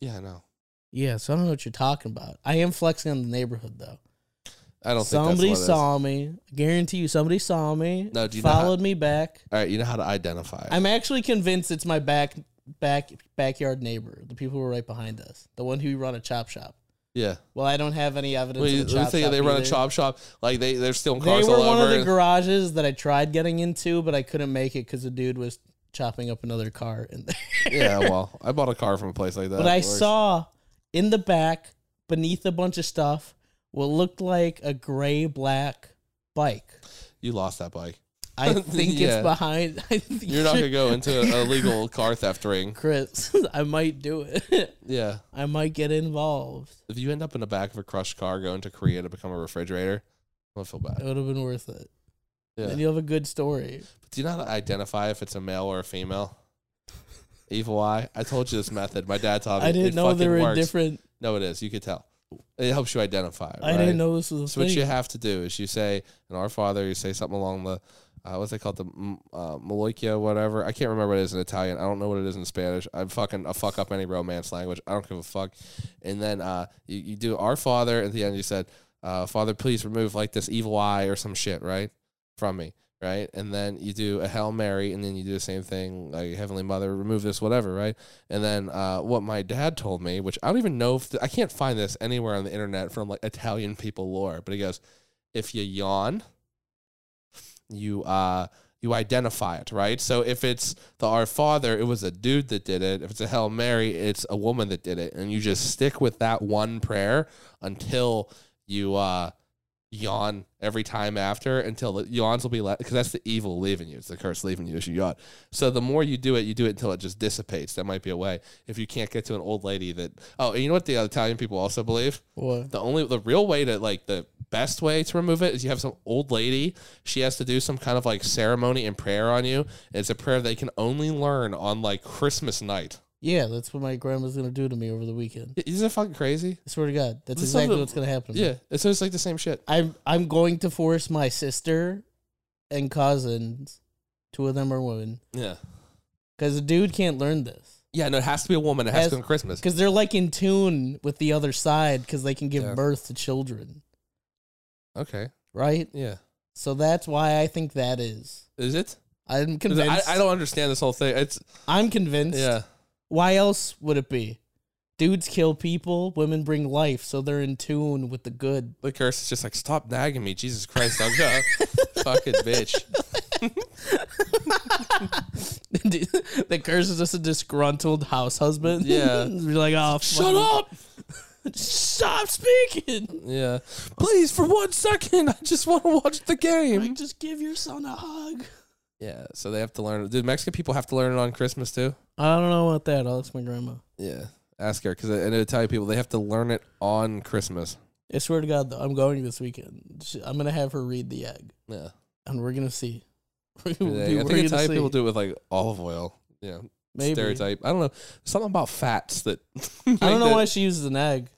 [SPEAKER 1] Yeah, I know.
[SPEAKER 2] Yeah, so I don't know what you're talking about. I am flexing on the neighborhood though.
[SPEAKER 1] I don't
[SPEAKER 2] Somebody
[SPEAKER 1] think that's what it is.
[SPEAKER 2] saw me. I guarantee you, somebody saw me.
[SPEAKER 1] No, do you know how-
[SPEAKER 2] followed me back.
[SPEAKER 1] All right, you know how to identify. it.
[SPEAKER 2] I'm actually convinced it's my back back backyard neighbor, the people who are right behind us, the one who run a chop shop.
[SPEAKER 1] yeah.
[SPEAKER 2] Well, I don't have any evidence.
[SPEAKER 1] Well,
[SPEAKER 2] of
[SPEAKER 1] you,
[SPEAKER 2] a
[SPEAKER 1] you
[SPEAKER 2] chop
[SPEAKER 1] think
[SPEAKER 2] shop
[SPEAKER 1] they run a
[SPEAKER 2] either.
[SPEAKER 1] chop shop like they they're stealing
[SPEAKER 2] They
[SPEAKER 1] cars
[SPEAKER 2] were
[SPEAKER 1] all
[SPEAKER 2] one
[SPEAKER 1] over.
[SPEAKER 2] of the garages that I tried getting into, but I couldn't make it because the dude was chopping up another car in there.
[SPEAKER 1] yeah, well, I bought a car from a place like that.
[SPEAKER 2] But I
[SPEAKER 1] Works.
[SPEAKER 2] saw in the back, beneath a bunch of stuff, what looked like a gray black bike.
[SPEAKER 1] you lost that bike. (laughs)
[SPEAKER 2] I think
[SPEAKER 1] Yeah.
[SPEAKER 2] it's behind. I think
[SPEAKER 1] You're not gonna go into a legal car theft ring.
[SPEAKER 2] (laughs) Chris. (laughs) I might do it. (laughs)
[SPEAKER 1] Yeah.
[SPEAKER 2] I might get involved.
[SPEAKER 1] if you end up in the back of a crushed car going to Korea to become a refrigerator, I don't feel
[SPEAKER 2] It
[SPEAKER 1] bad.
[SPEAKER 2] would have been worth it.
[SPEAKER 1] Yeah.
[SPEAKER 2] And you'll have a good story.
[SPEAKER 1] Do you know how to identify if it's a male or a
[SPEAKER 2] (laughs)
[SPEAKER 1] female? Evil eye. I told you this method. My dad taught me.
[SPEAKER 2] I didn't
[SPEAKER 1] It
[SPEAKER 2] know
[SPEAKER 1] fucking
[SPEAKER 2] there were
[SPEAKER 1] works.
[SPEAKER 2] different.
[SPEAKER 1] No, it is. You could tell. It helps you identify.
[SPEAKER 2] I
[SPEAKER 1] right?
[SPEAKER 2] didn't know this was a
[SPEAKER 1] So
[SPEAKER 2] thing.
[SPEAKER 1] what you have to do is you say in Our Father, you say something along the uh, what's it called the mm, uh, Maloikia, whatever. I can't remember what it is in Italian. I don't know what it is in Spanish. I'm fucking I fuck up any Romance language. I don't give a fuck. And then uh, you, you do Our Father at the end. You said, uh, Father, please remove like this evil eye or some shit, right, from me. Right, and then you do a Hail Mary, and then you do the same thing, like Heavenly Mother, remove this, whatever, right? And then uh, what my dad told me, which I don't even know if th- I can't find this anywhere on the internet from like Italian people lore, but he goes, if you yawn, you uh you identify it, right? So if it's the Our Father, it was a dude that did it. If it's a Hail Mary, it's a woman that did it, and you just stick with that one prayer until you uh yawn every time after until the yawns will be left because that's the evil leaving you. It's the curse leaving you as you yawn. So the more you do it, you do it until it just dissipates. That might be a way. If you can't get to an old lady that oh, and you know what the Italian people also believe?
[SPEAKER 2] What?
[SPEAKER 1] The only the real way to like the best way to remove it is you have some old lady. She has to do some kind of like ceremony and prayer on you. It's a prayer they can only learn on like Christmas night.
[SPEAKER 2] Yeah, that's what my grandma's gonna do to me over the weekend.
[SPEAKER 1] Isn't it fucking crazy?
[SPEAKER 2] I swear to God, that's
[SPEAKER 1] This is
[SPEAKER 2] exactly
[SPEAKER 1] something-
[SPEAKER 2] what's gonna happen. to me.
[SPEAKER 1] Yeah. It's so it's like the same shit.
[SPEAKER 2] I'm I'm going to force my sister and cousins, two of them are women,
[SPEAKER 1] Yeah.
[SPEAKER 2] because a dude can't learn this
[SPEAKER 1] Yeah, no, it has to be a woman. It has, to
[SPEAKER 2] Has-
[SPEAKER 1] be on Christmas.
[SPEAKER 2] because they're like in tune with the other side because they can give
[SPEAKER 1] Yeah.
[SPEAKER 2] birth to children,
[SPEAKER 1] Okay.
[SPEAKER 2] right?
[SPEAKER 1] Yeah.
[SPEAKER 2] So that's why I think that is.
[SPEAKER 1] Is it?
[SPEAKER 2] I'm
[SPEAKER 1] 'Cause I,
[SPEAKER 2] convinced.
[SPEAKER 1] I don't understand this whole thing. It's
[SPEAKER 2] I'm convinced.
[SPEAKER 1] yeah.
[SPEAKER 2] Why else would it be? Dudes kill people, women bring life, so they're in tune with the good. (laughs)
[SPEAKER 1] The curse is just like stop nagging me, Jesus Christ! I'll (laughs) go, fucking bitch.
[SPEAKER 2] the curse is just a disgruntled house husband.
[SPEAKER 1] Yeah.
[SPEAKER 2] (laughs) Be like, oh,
[SPEAKER 1] Shut up!
[SPEAKER 2] Stop speaking.
[SPEAKER 1] Yeah, please for one second, I just want to watch the game.
[SPEAKER 2] Like, just give your son a hug.
[SPEAKER 1] Yeah, so they have to learn. Do Mexican people have to learn it on Christmas too?
[SPEAKER 2] I don't know about that. I'll ask my grandma.
[SPEAKER 1] Yeah, ask her because I know Italian people they have to learn it on Christmas.
[SPEAKER 2] I swear to God, though, I'm going this weekend. She- I'm gonna have her read the egg,
[SPEAKER 1] Yeah,
[SPEAKER 2] and we're gonna see. (laughs) Dude,
[SPEAKER 1] Yeah,
[SPEAKER 2] we're
[SPEAKER 1] I
[SPEAKER 2] gonna
[SPEAKER 1] think Italian
[SPEAKER 2] see.
[SPEAKER 1] people do it with like olive oil. Yeah,
[SPEAKER 2] Maybe.
[SPEAKER 1] stereotype. I don't know something about fats (laughs) that
[SPEAKER 2] I don't know why she uses an egg.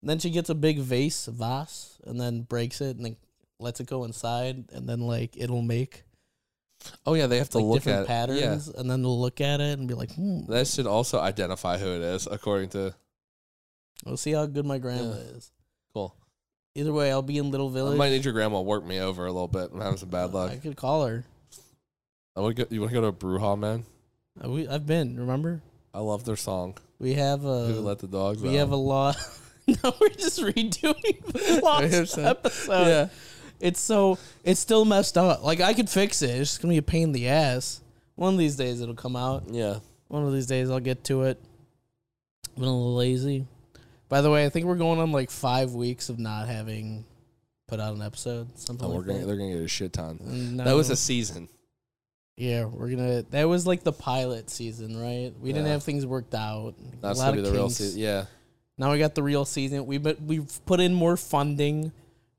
[SPEAKER 2] And then she gets a big vase, vase, and then breaks it, and then lets it go inside, and then like it'll make
[SPEAKER 1] Oh yeah, they have to
[SPEAKER 2] like
[SPEAKER 1] look
[SPEAKER 2] different
[SPEAKER 1] at it. Yeah.
[SPEAKER 2] patterns, and then they'll look at it and be like, hmm.
[SPEAKER 1] That should also identify who it is, according to.
[SPEAKER 2] We'll see how good my grandma
[SPEAKER 1] Yeah.
[SPEAKER 2] is.
[SPEAKER 1] Cool.
[SPEAKER 2] Either way, I'll be in Little
[SPEAKER 1] I
[SPEAKER 2] Village.
[SPEAKER 1] might need your grandma to work me over a little bit. I'm having some bad luck.
[SPEAKER 2] I could call her.
[SPEAKER 1] I want to go, you want to go to a brew hall, man?
[SPEAKER 2] Uh, We, I've been. Remember,
[SPEAKER 1] I love their song.
[SPEAKER 2] we have a
[SPEAKER 1] Who let the dogs
[SPEAKER 2] Uh, we
[SPEAKER 1] out?
[SPEAKER 2] have a law. (laughs) no, we're just redoing (laughs) the last
[SPEAKER 1] so-
[SPEAKER 2] episode.
[SPEAKER 1] yeah.
[SPEAKER 2] It's so it's still messed up. Like I could fix it. It's just gonna be a pain in the ass. One of these days it'll come out.
[SPEAKER 1] Yeah.
[SPEAKER 2] One of these days I'll get to it. I've been a little lazy. By the way, I think we're going on like five weeks of not having put out an episode. Something
[SPEAKER 1] Oh, we're
[SPEAKER 2] like
[SPEAKER 1] gonna,
[SPEAKER 2] that.
[SPEAKER 1] they're gonna get a shit ton.
[SPEAKER 2] And
[SPEAKER 1] That was
[SPEAKER 2] now-
[SPEAKER 1] a season.
[SPEAKER 2] yeah. We're gonna. That was like the pilot season, right? We didn't
[SPEAKER 1] Yeah.
[SPEAKER 2] have things worked out.
[SPEAKER 1] That's
[SPEAKER 2] a lot
[SPEAKER 1] gonna be
[SPEAKER 2] of
[SPEAKER 1] the real
[SPEAKER 2] kinks.
[SPEAKER 1] season. Yeah.
[SPEAKER 2] Now we got the real season. We but we've put in more funding.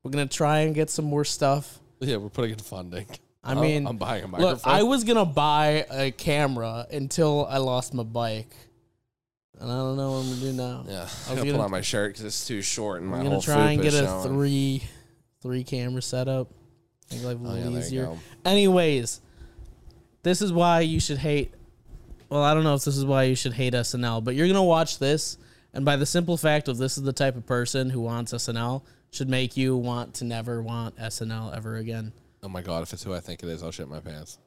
[SPEAKER 2] We're gonna try and get some more stuff.
[SPEAKER 1] Yeah, we're putting in funding.
[SPEAKER 2] I
[SPEAKER 1] I'm-
[SPEAKER 2] mean,
[SPEAKER 1] Oh, I'm buying a
[SPEAKER 2] look,
[SPEAKER 1] microphone.
[SPEAKER 2] I was gonna buy a camera until I lost my bike, and I don't know what I'm gonna do now.
[SPEAKER 1] (laughs) yeah.
[SPEAKER 2] I
[SPEAKER 1] I'm
[SPEAKER 2] was
[SPEAKER 1] gonna,
[SPEAKER 2] gonna-
[SPEAKER 1] put on my shirt because it's too short and my
[SPEAKER 2] I'm gonna
[SPEAKER 1] whole
[SPEAKER 2] try and
[SPEAKER 1] fupa
[SPEAKER 2] get
[SPEAKER 1] is
[SPEAKER 2] a
[SPEAKER 1] showing.
[SPEAKER 2] three, three camera setup. Make life a
[SPEAKER 1] Oh, yeah,
[SPEAKER 2] little
[SPEAKER 1] there you
[SPEAKER 2] easier.
[SPEAKER 1] go.
[SPEAKER 2] Anyways, this is why you should hate. Well, I don't know if this is why you should hate SNL, but you're gonna watch this, and by the simple fact of this is the type of person who wants SNL should make you want to never want SNL ever again.
[SPEAKER 1] Oh my god, if it's who I think it is, I'll shit my pants.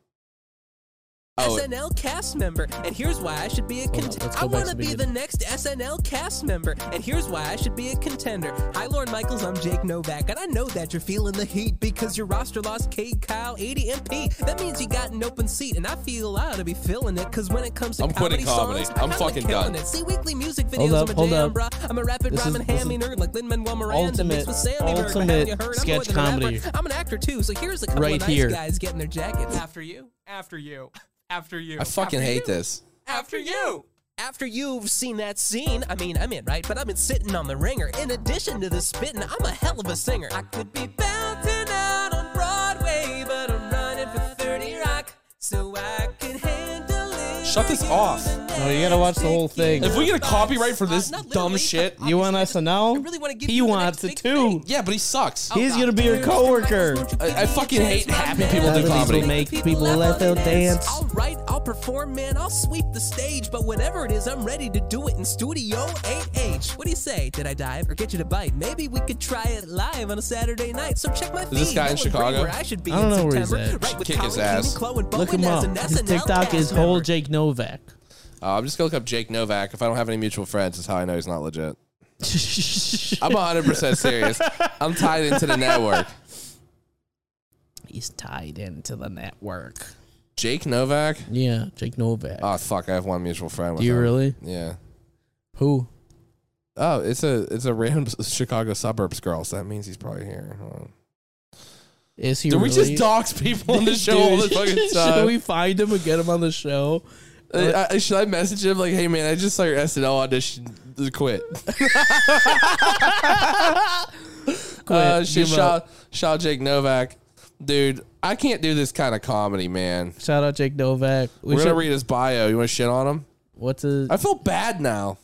[SPEAKER 1] Oh,
[SPEAKER 8] SNL cast member, and here's why I should be a
[SPEAKER 2] Oh, on,
[SPEAKER 8] contender.
[SPEAKER 2] let's go
[SPEAKER 8] I
[SPEAKER 2] back
[SPEAKER 8] want
[SPEAKER 2] to the
[SPEAKER 8] to be the
[SPEAKER 2] beginning.
[SPEAKER 8] next SNL cast member, and here's why I should be a contender. Hi, Lord Michaels, I'm Jake Novak, and I know that you're feeling the heat because your roster lost Kate Kyle, 80 MP. That means you got an open seat, and I feel I ought to be feeling it because when it comes to
[SPEAKER 1] I'm
[SPEAKER 8] comedy,
[SPEAKER 1] quitting comedy.
[SPEAKER 8] songs,
[SPEAKER 1] I'm
[SPEAKER 8] kinda
[SPEAKER 1] fucking
[SPEAKER 8] killing
[SPEAKER 1] done.
[SPEAKER 8] It. See weekly music videos.
[SPEAKER 2] Hold up,
[SPEAKER 8] I'm a
[SPEAKER 2] hold
[SPEAKER 8] jam,
[SPEAKER 2] up.
[SPEAKER 8] bruh. I'm a rapid
[SPEAKER 2] This is-
[SPEAKER 8] ramen
[SPEAKER 2] this
[SPEAKER 8] hammy
[SPEAKER 2] is
[SPEAKER 8] nerd like Lin Manuel Miranda
[SPEAKER 2] ultimate-
[SPEAKER 8] mixed with Sandy Berg. But haven't you
[SPEAKER 2] ultimate
[SPEAKER 8] heard? I'm more
[SPEAKER 2] sketch
[SPEAKER 8] than a rapper.
[SPEAKER 2] comedy.
[SPEAKER 8] I'm an actor too, so here's a couple
[SPEAKER 2] Right
[SPEAKER 8] of nice
[SPEAKER 2] here.
[SPEAKER 8] guys getting their jackets after you, after you, after you.
[SPEAKER 1] I fucking
[SPEAKER 8] after
[SPEAKER 1] hate
[SPEAKER 8] you,
[SPEAKER 1] this.
[SPEAKER 8] After you. After you've seen that scene, I mean, I'm in, right? But I've been sitting on the ringer. In addition to the spitting, I'm a hell of a singer. I could be bouncing out on Broadway, but I'm running for 30 Rock, so I can handle it.
[SPEAKER 1] Shut this
[SPEAKER 8] Are you
[SPEAKER 1] off.
[SPEAKER 8] the
[SPEAKER 2] No, you gotta watch the whole thing.
[SPEAKER 1] If we get a copyright for
[SPEAKER 8] Uh,
[SPEAKER 1] this
[SPEAKER 8] not literally,
[SPEAKER 1] dumb
[SPEAKER 8] but
[SPEAKER 1] shit,
[SPEAKER 2] You want SNL?
[SPEAKER 8] I really wanna give
[SPEAKER 2] he
[SPEAKER 8] you the
[SPEAKER 2] wants it
[SPEAKER 8] next big
[SPEAKER 2] too.
[SPEAKER 1] yeah, but he sucks.
[SPEAKER 2] He's
[SPEAKER 8] God
[SPEAKER 2] gonna be your
[SPEAKER 8] damn.
[SPEAKER 2] coworker.
[SPEAKER 1] I, I fucking hate happy people do
[SPEAKER 2] Happy
[SPEAKER 1] comedy.
[SPEAKER 2] people make people let them dance.
[SPEAKER 8] I'll write, I'll perform, man, I'll sweep the stage. But whenever it is, I'm ready to do it in Studio 8H. What do you say? Did I dive or get you to bite? Maybe we could try it live on a Saturday night. So check my feed.
[SPEAKER 1] this guy in
[SPEAKER 8] You'll agree
[SPEAKER 1] Chicago?
[SPEAKER 8] Where I, should be
[SPEAKER 2] I don't
[SPEAKER 8] in
[SPEAKER 2] know where he's
[SPEAKER 8] September,
[SPEAKER 2] at.
[SPEAKER 8] Right with
[SPEAKER 1] Kick his
[SPEAKER 8] Colin,
[SPEAKER 1] ass.
[SPEAKER 8] Keane, Chloe, and
[SPEAKER 2] Look
[SPEAKER 8] Bowen
[SPEAKER 2] him
[SPEAKER 8] as
[SPEAKER 2] up.
[SPEAKER 8] an
[SPEAKER 2] His
[SPEAKER 8] SNL
[SPEAKER 2] TikTok is
[SPEAKER 8] cast member.
[SPEAKER 2] whole Jake Novak.
[SPEAKER 1] Uh, I'm just gonna look up Jake Novak. If I don't have any mutual friends, is how I know he's not legit. I'm 100 percent serious. I'm tied into the network.
[SPEAKER 2] He's tied into the network.
[SPEAKER 1] Jake Novak.
[SPEAKER 2] Yeah, Jake Novak.
[SPEAKER 1] Oh fuck, I have one mutual friend. With
[SPEAKER 2] do you
[SPEAKER 1] him.
[SPEAKER 2] really?
[SPEAKER 1] Yeah.
[SPEAKER 2] Who?
[SPEAKER 1] Oh, it's a it's a random (laughs) Chicago suburbs girl. So that means he's probably here. Hold on.
[SPEAKER 2] Is he?
[SPEAKER 1] Do we
[SPEAKER 2] really?
[SPEAKER 1] just
[SPEAKER 2] (laughs)
[SPEAKER 1] dox people on the show all the (laughs)
[SPEAKER 2] Dude,
[SPEAKER 1] fucking
[SPEAKER 2] (laughs) Should
[SPEAKER 1] time?
[SPEAKER 2] we find him and get him on the show?
[SPEAKER 1] Uh, I- should I message him like, "Hey man, I just saw your SNL audition. Uh,
[SPEAKER 2] (laughs)
[SPEAKER 1] Quit." Uh,
[SPEAKER 2] Quit.
[SPEAKER 1] shit,
[SPEAKER 2] Give
[SPEAKER 1] shout,
[SPEAKER 2] up.
[SPEAKER 1] shout Jake Novak, dude. I can't do this kind of comedy, man.
[SPEAKER 2] Shout out Jake Novak. We
[SPEAKER 1] We're
[SPEAKER 2] should,
[SPEAKER 1] gonna read his bio. You want to shit on him?
[SPEAKER 2] what's his?
[SPEAKER 1] I feel bad now.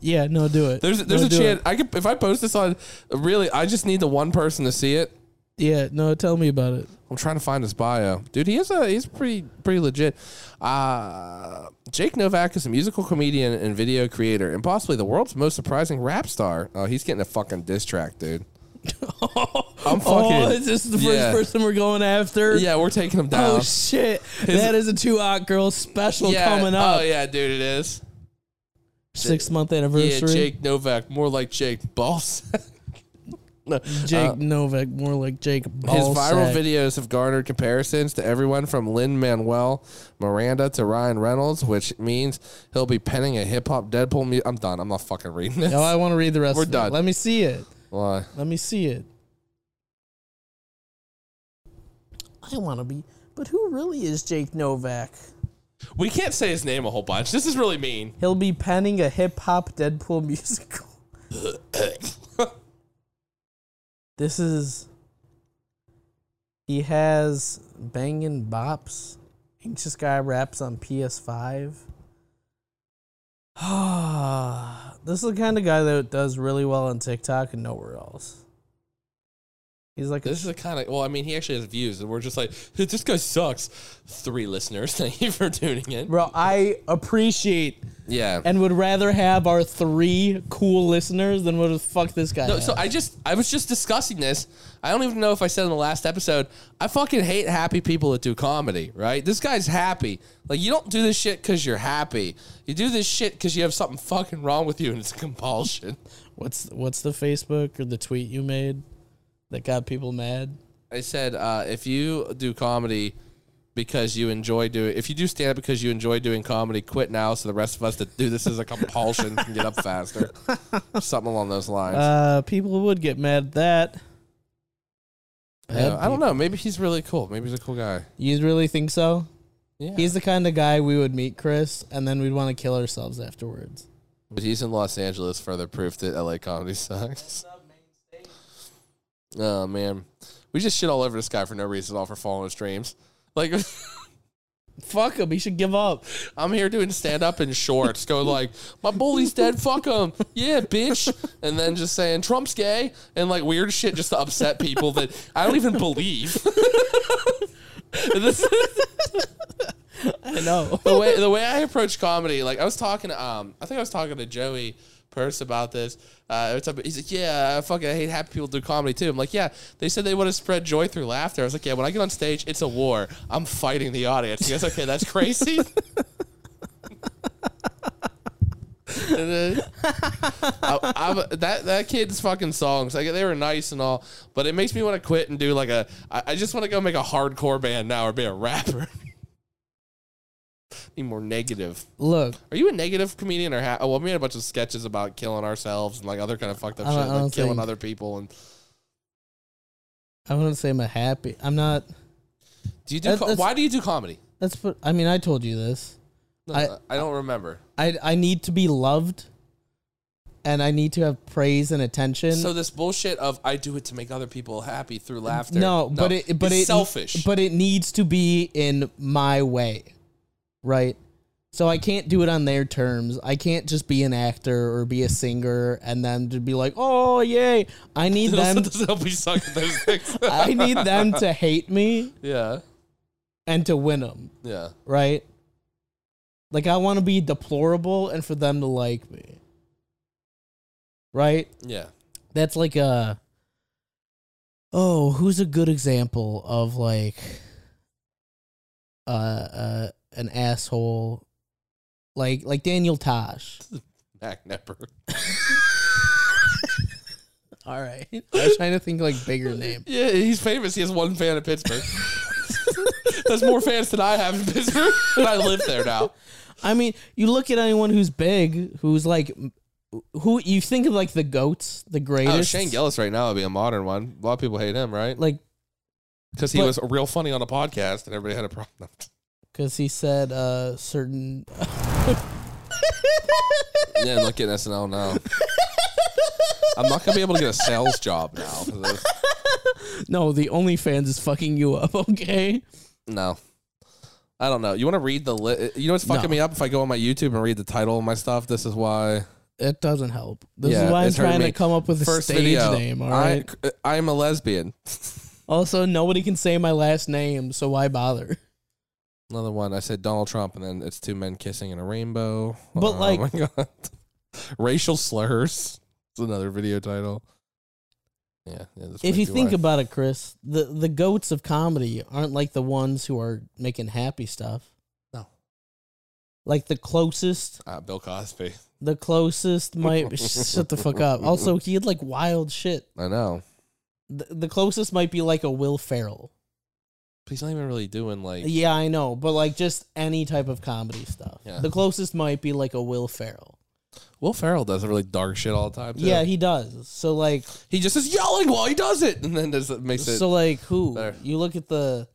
[SPEAKER 2] yeah, no, do it.
[SPEAKER 1] There's there's
[SPEAKER 2] No,
[SPEAKER 1] a
[SPEAKER 2] do it.
[SPEAKER 1] chance I could if I post this on. Really, I just need the one person to see it.
[SPEAKER 2] Yeah, no, tell me about it.
[SPEAKER 1] I'm trying to find his bio, dude. He is a he's pretty pretty legit. Uh, Jake Novak is a musical comedian and video creator, and possibly the world's most surprising rap star. Oh, he's getting a fucking diss track, dude. (laughs) I'm fucking.
[SPEAKER 2] Oh, is this the first
[SPEAKER 1] yeah.
[SPEAKER 2] person we're going after?
[SPEAKER 1] Yeah, we're taking him down.
[SPEAKER 2] Oh shit! that is a two hot girl special
[SPEAKER 1] yeah.
[SPEAKER 2] coming up.
[SPEAKER 1] Oh yeah, dude, it is.
[SPEAKER 2] Six month
[SPEAKER 1] Yeah,
[SPEAKER 2] anniversary.
[SPEAKER 1] Jake Novak, more like Jake Boss. no,
[SPEAKER 2] Jake
[SPEAKER 1] uh,
[SPEAKER 2] Novak, more like
[SPEAKER 1] (laughs)
[SPEAKER 2] Jake.
[SPEAKER 1] His
[SPEAKER 2] Ballsack.
[SPEAKER 1] viral videos have garnered comparisons to everyone from Lynn Manuel Miranda to Ryan Reynolds, which means he'll be penning a hip hop Deadpool. Mu- I'm done. I'm not fucking reading this.
[SPEAKER 2] No, I want to read the rest.
[SPEAKER 1] We're
[SPEAKER 2] of it.
[SPEAKER 1] done.
[SPEAKER 2] Let me see it.
[SPEAKER 1] Why?
[SPEAKER 2] Let me see it. I want to be, but who really is Jake Novak?
[SPEAKER 1] We can't say his name a whole bunch. This is really mean.
[SPEAKER 2] He'll be penning a hip hop Deadpool (laughs) musical. this is. He has bangin' bops. Anxious guy raps on PS5. (sighs) this is the kind of guy that does really well on TikTok and nowhere else. He's like a
[SPEAKER 1] This is a kind of well, I mean, he actually has views, and we're just like, (laughs) "Hey, this guy sucks. Three listeners, (laughs) thank you for tuning in.
[SPEAKER 2] Bro, I appreciate
[SPEAKER 1] Yeah.
[SPEAKER 2] and would rather have our three cool listeners than would fuck this guy.
[SPEAKER 1] No,
[SPEAKER 2] up.
[SPEAKER 1] so I just I was just discussing this. I don't even know if I said in the last episode. I fucking hate happy people that do comedy. Right? This guy's happy. Like you don't do this shit because you're happy. You do this shit because you have something fucking wrong with you and it's a compulsion. (laughs)
[SPEAKER 2] what's what's the Facebook or the tweet you made that got people mad?
[SPEAKER 1] I said uh, if you do comedy because you enjoy doing, if you do stand up because you enjoy doing comedy, quit now so the rest of us that do this as a compulsion can get up faster. Something along those lines.
[SPEAKER 2] Uh, people would get mad at that.
[SPEAKER 1] Yeah, I don't know. Maybe he's really cool. Maybe he's a cool guy.
[SPEAKER 2] You really think so?
[SPEAKER 1] Yeah.
[SPEAKER 2] He's the kind of guy we would meet, Chris, and then we'd want to kill ourselves afterwards.
[SPEAKER 1] But he's in Los Angeles, further proof that LA comedy sucks. Oh man, we just shit all over this guy for no reason, all for following his dreams. Like
[SPEAKER 2] Fuck him. He should
[SPEAKER 1] (laughs)
[SPEAKER 2] give up.
[SPEAKER 1] I'm here doing stand up in shorts, going like, "My bully's dead, fuck him, yeah, bitch," and then just saying Trump's gay and like weird shit just to upset people that I don't even believe. (laughs) This-
[SPEAKER 2] I know.
[SPEAKER 1] the way the way I approach comedy, like I was talking to um, I think I was talking to Joey Purse about this. Uh, every time- he's like, yeah, I fucking hate happy people do comedy too. I'm like, yeah, they said they want to spread joy through laughter. I was like, yeah, when I get on stage, it's a war. I'm fighting the audience. He goes, okay, that's crazy. And then- I, I'm, that that kid's fucking songs, like they were nice and all, but it makes me want to quit and do like a. I, I just want to go make a hardcore band now or be a rapper. (laughs) Be more negative.
[SPEAKER 2] Look,
[SPEAKER 1] Are you a negative comedian or? Ha- oh, well, we had a bunch of sketches about killing ourselves and like other kind of fucked up
[SPEAKER 2] I
[SPEAKER 1] shit,
[SPEAKER 2] don't- I
[SPEAKER 1] like
[SPEAKER 2] don't
[SPEAKER 1] killing
[SPEAKER 2] think-
[SPEAKER 1] other people. And
[SPEAKER 2] I wouldn't say I'm a happy. I'm not.
[SPEAKER 1] do you do?
[SPEAKER 2] That-
[SPEAKER 1] Co-
[SPEAKER 2] that's-
[SPEAKER 1] why do you do comedy?
[SPEAKER 2] That's put. I mean, I told you this.
[SPEAKER 1] No,
[SPEAKER 2] I-
[SPEAKER 1] I, don't remember.
[SPEAKER 2] I I need to be loved, and I need to have praise and attention.
[SPEAKER 1] So this bullshit of I do it to make other people happy through laughter.
[SPEAKER 2] no, but it but
[SPEAKER 1] it's (laughs)
[SPEAKER 2] it
[SPEAKER 1] selfish.
[SPEAKER 2] But it needs to be in my way, right? So I can't do it on their terms. I can't just be an actor or be a singer and then to be like, "Oh, yay!"
[SPEAKER 1] (laughs)
[SPEAKER 2] I need
[SPEAKER 1] It also
[SPEAKER 2] them.
[SPEAKER 1] doesn't help you suck at those things.
[SPEAKER 2] (laughs) I need them to hate me
[SPEAKER 1] (laughs) yeah.
[SPEAKER 2] and to win them,
[SPEAKER 1] Yeah.
[SPEAKER 2] right? Like I want to be deplorable and for them to like me, right?
[SPEAKER 1] Yeah.
[SPEAKER 2] that's like a oh who's a good example of like uh, uh an asshole like like daniel tosh
[SPEAKER 1] Mac Nepper.
[SPEAKER 2] all right (laughs) i was trying to think like bigger name
[SPEAKER 1] (laughs) Yeah, he's famous. He has one fan in Pittsburgh. (laughs) That's more fans than I have in Pittsburgh, (laughs) and I live there now.
[SPEAKER 2] i mean you look at anyone who's big who's like m- who you think of like the goats the greatest
[SPEAKER 1] Oh, Shane Gillis right now would be a modern one. A lot of people hate him, right?
[SPEAKER 2] like
[SPEAKER 1] Because he
[SPEAKER 2] but-
[SPEAKER 1] was real funny on a podcast, and everybody had a problem. (laughs)
[SPEAKER 2] because he said uh certain (laughs)
[SPEAKER 1] yeah, look at SNL now. I'm not gonna be able to get a sales job now. for this.
[SPEAKER 2] no the only fans is fucking you up okay
[SPEAKER 1] No. I don't know. You want to read the list? You know what's fucking
[SPEAKER 2] No.
[SPEAKER 1] me up? If I go on my YouTube and read the title of my stuff, this is why.
[SPEAKER 2] It doesn't help. This
[SPEAKER 1] Yeah,
[SPEAKER 2] is why I'm
[SPEAKER 1] it's hurting
[SPEAKER 2] trying
[SPEAKER 1] me.
[SPEAKER 2] to come up with a
[SPEAKER 1] First
[SPEAKER 2] stage
[SPEAKER 1] video.
[SPEAKER 2] name. All right.
[SPEAKER 1] I, I'm a lesbian.
[SPEAKER 2] also, nobody can say my last name, so why (laughs) bother?
[SPEAKER 1] Another one. I said Donald Trump, and then it's two men kissing in a rainbow.
[SPEAKER 2] But,
[SPEAKER 1] oh
[SPEAKER 2] like-
[SPEAKER 1] my (laughs) god, racial slurs. It's another video title. Yeah. yeah that's
[SPEAKER 2] If
[SPEAKER 1] way
[SPEAKER 2] you
[SPEAKER 1] too
[SPEAKER 2] think
[SPEAKER 1] wide.
[SPEAKER 2] about it, Chris, the the goats of comedy aren't like the ones who are making happy stuff.
[SPEAKER 1] No.
[SPEAKER 2] Like the closest,
[SPEAKER 1] uh, Bill Cosby,
[SPEAKER 2] the closest
[SPEAKER 1] (laughs)
[SPEAKER 2] might shut the fuck up. Also, he had like wild shit.
[SPEAKER 1] I know.
[SPEAKER 2] The, the closest might be like a Will Ferrell.
[SPEAKER 1] But he's not even really doing like.
[SPEAKER 2] Yeah, I know, but like just any type of comedy stuff.
[SPEAKER 1] Yeah.
[SPEAKER 2] The closest might be like a Will Ferrell.
[SPEAKER 1] Will Ferrell does really dark shit all the time. Too.
[SPEAKER 2] Yeah, he does. So like
[SPEAKER 1] he just is yelling while he does it, and then does it makes it.
[SPEAKER 2] So like who
[SPEAKER 1] There.
[SPEAKER 2] you look at the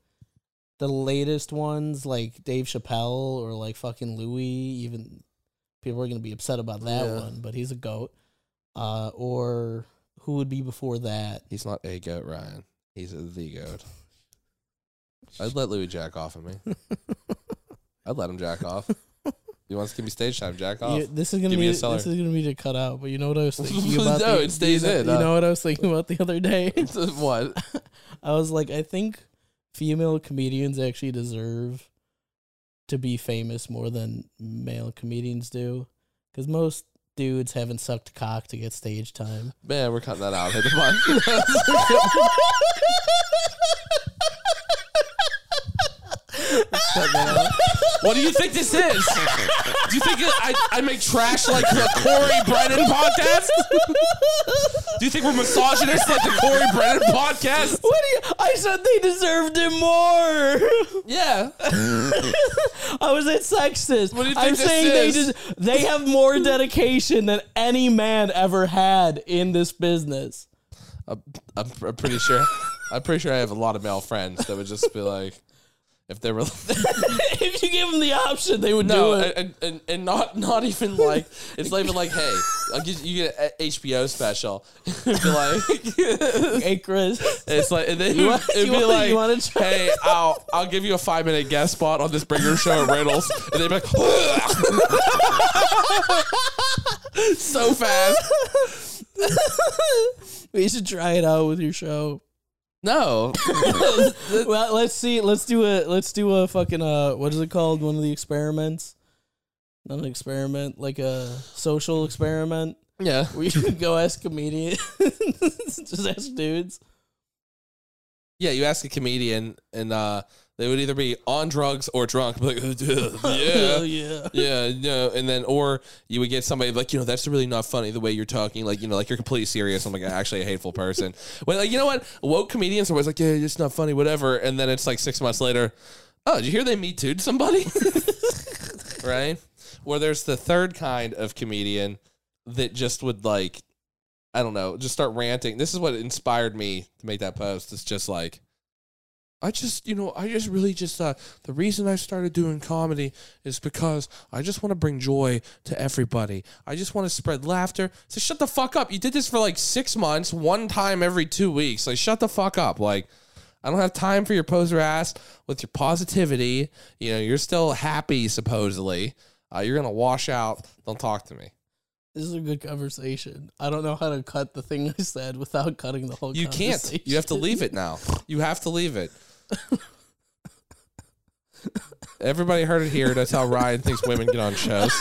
[SPEAKER 2] the latest ones like Dave Chappelle or like fucking Louis even people are gonna be upset about that
[SPEAKER 1] Yeah.
[SPEAKER 2] one but he's a goat uh or who would be before that
[SPEAKER 1] he's not a goat, Ryan. He's the
[SPEAKER 2] (laughs)
[SPEAKER 1] goat. I'd let Louis jack off of me. I'd let him jack off. He wants to give me stage time, jack off.
[SPEAKER 2] You- this is gonna
[SPEAKER 1] Give me
[SPEAKER 2] be
[SPEAKER 1] a
[SPEAKER 2] this
[SPEAKER 1] seller.
[SPEAKER 2] is gonna be to cut out but you know
[SPEAKER 1] (laughs)
[SPEAKER 2] what I was thinking about
[SPEAKER 1] No,
[SPEAKER 2] the-
[SPEAKER 1] it stays
[SPEAKER 2] you know,
[SPEAKER 1] in, uh.
[SPEAKER 2] you
[SPEAKER 1] huh?
[SPEAKER 2] know what I was thinking about the
[SPEAKER 1] (laughs)
[SPEAKER 2] other day
[SPEAKER 1] what?
[SPEAKER 2] I was like I think female comedians actually deserve to be famous more than male comedians do because most dudes haven't sucked cock to get
[SPEAKER 1] (laughs)
[SPEAKER 2] stage time.
[SPEAKER 1] Man, we're cutting that out. Hit (laughs) the what do you think this is? Do you think it, I, I make trash like the Corey Brennan podcast? Do you think we're misogynists like the Corey Brennan podcast?
[SPEAKER 2] What do you? I said they deserved it more.
[SPEAKER 1] Yeah.
[SPEAKER 2] I was at sexist.
[SPEAKER 1] What do you think
[SPEAKER 2] I'm
[SPEAKER 1] this
[SPEAKER 2] saying they
[SPEAKER 1] is?
[SPEAKER 2] just they have more dedication than any man ever had in this business. (laughs)
[SPEAKER 1] I'm, I'm, I'm pretty sure. I'm pretty sure I have a lot of male friends that would just be like, if they were.
[SPEAKER 2] if you give them the option, they would
[SPEAKER 1] No,
[SPEAKER 2] do it.
[SPEAKER 1] and, and, and, and not not even like it's not even like hey, I'll get, you get an HBO special. (laughs) It'd be like
[SPEAKER 2] (laughs) hey
[SPEAKER 1] (laughs)
[SPEAKER 2] Chris,
[SPEAKER 1] it's like and then
[SPEAKER 2] You
[SPEAKER 1] it'd
[SPEAKER 2] want-
[SPEAKER 1] be
[SPEAKER 2] you want-
[SPEAKER 1] like
[SPEAKER 2] you wanna try-
[SPEAKER 1] hey, I'll I'll give you a five minute guest spot on this bringer show at Reynolds, and they'd be like (laughs) so fast.
[SPEAKER 2] (laughs) we should try it out with your show.
[SPEAKER 1] No,
[SPEAKER 2] well, let's see. Let's do a let's do a fucking uh what is it called? One of the experiments. Not an experiment, like a social experiment.
[SPEAKER 1] yeah,
[SPEAKER 2] Where you (laughs) go ask comedians, (laughs) just ask dudes.
[SPEAKER 1] yeah. You ask a comedian, and uh, they would either be on drugs or drunk. Be like,
[SPEAKER 2] (laughs) Hell
[SPEAKER 1] yeah,
[SPEAKER 2] yeah.
[SPEAKER 1] (laughs) Yeah, no, and then or you would get somebody like you know that's really not funny the way you're talking like you know like you're completely serious. I'm like actually a hateful person. Well, like you know what woke comedians are always like yeah it's not funny whatever, and then it's like six months later, oh did you hear they me too somebody, (laughs) right? Or there's the third kind of comedian that just would like I don't know just start ranting. This is what inspired me to make that post. It's just like I just, you know, I just really just uh, the reason I started doing comedy is because I just want to bring joy to everybody. I just want to spread laughter. So shut the fuck up. You did this for like six months, one time every two weeks. Like shut the fuck up. Like I don't have time for your poser ass with your positivity. You know, you're still happy supposedly. Uh, you're gonna wash out. Don't talk to me.
[SPEAKER 2] This is a good conversation. I don't know how to cut the thing I said without cutting the whole
[SPEAKER 1] You can't. You have to leave it now. You have to leave it. Everybody heard it here. That's how Ryan thinks women get on shows.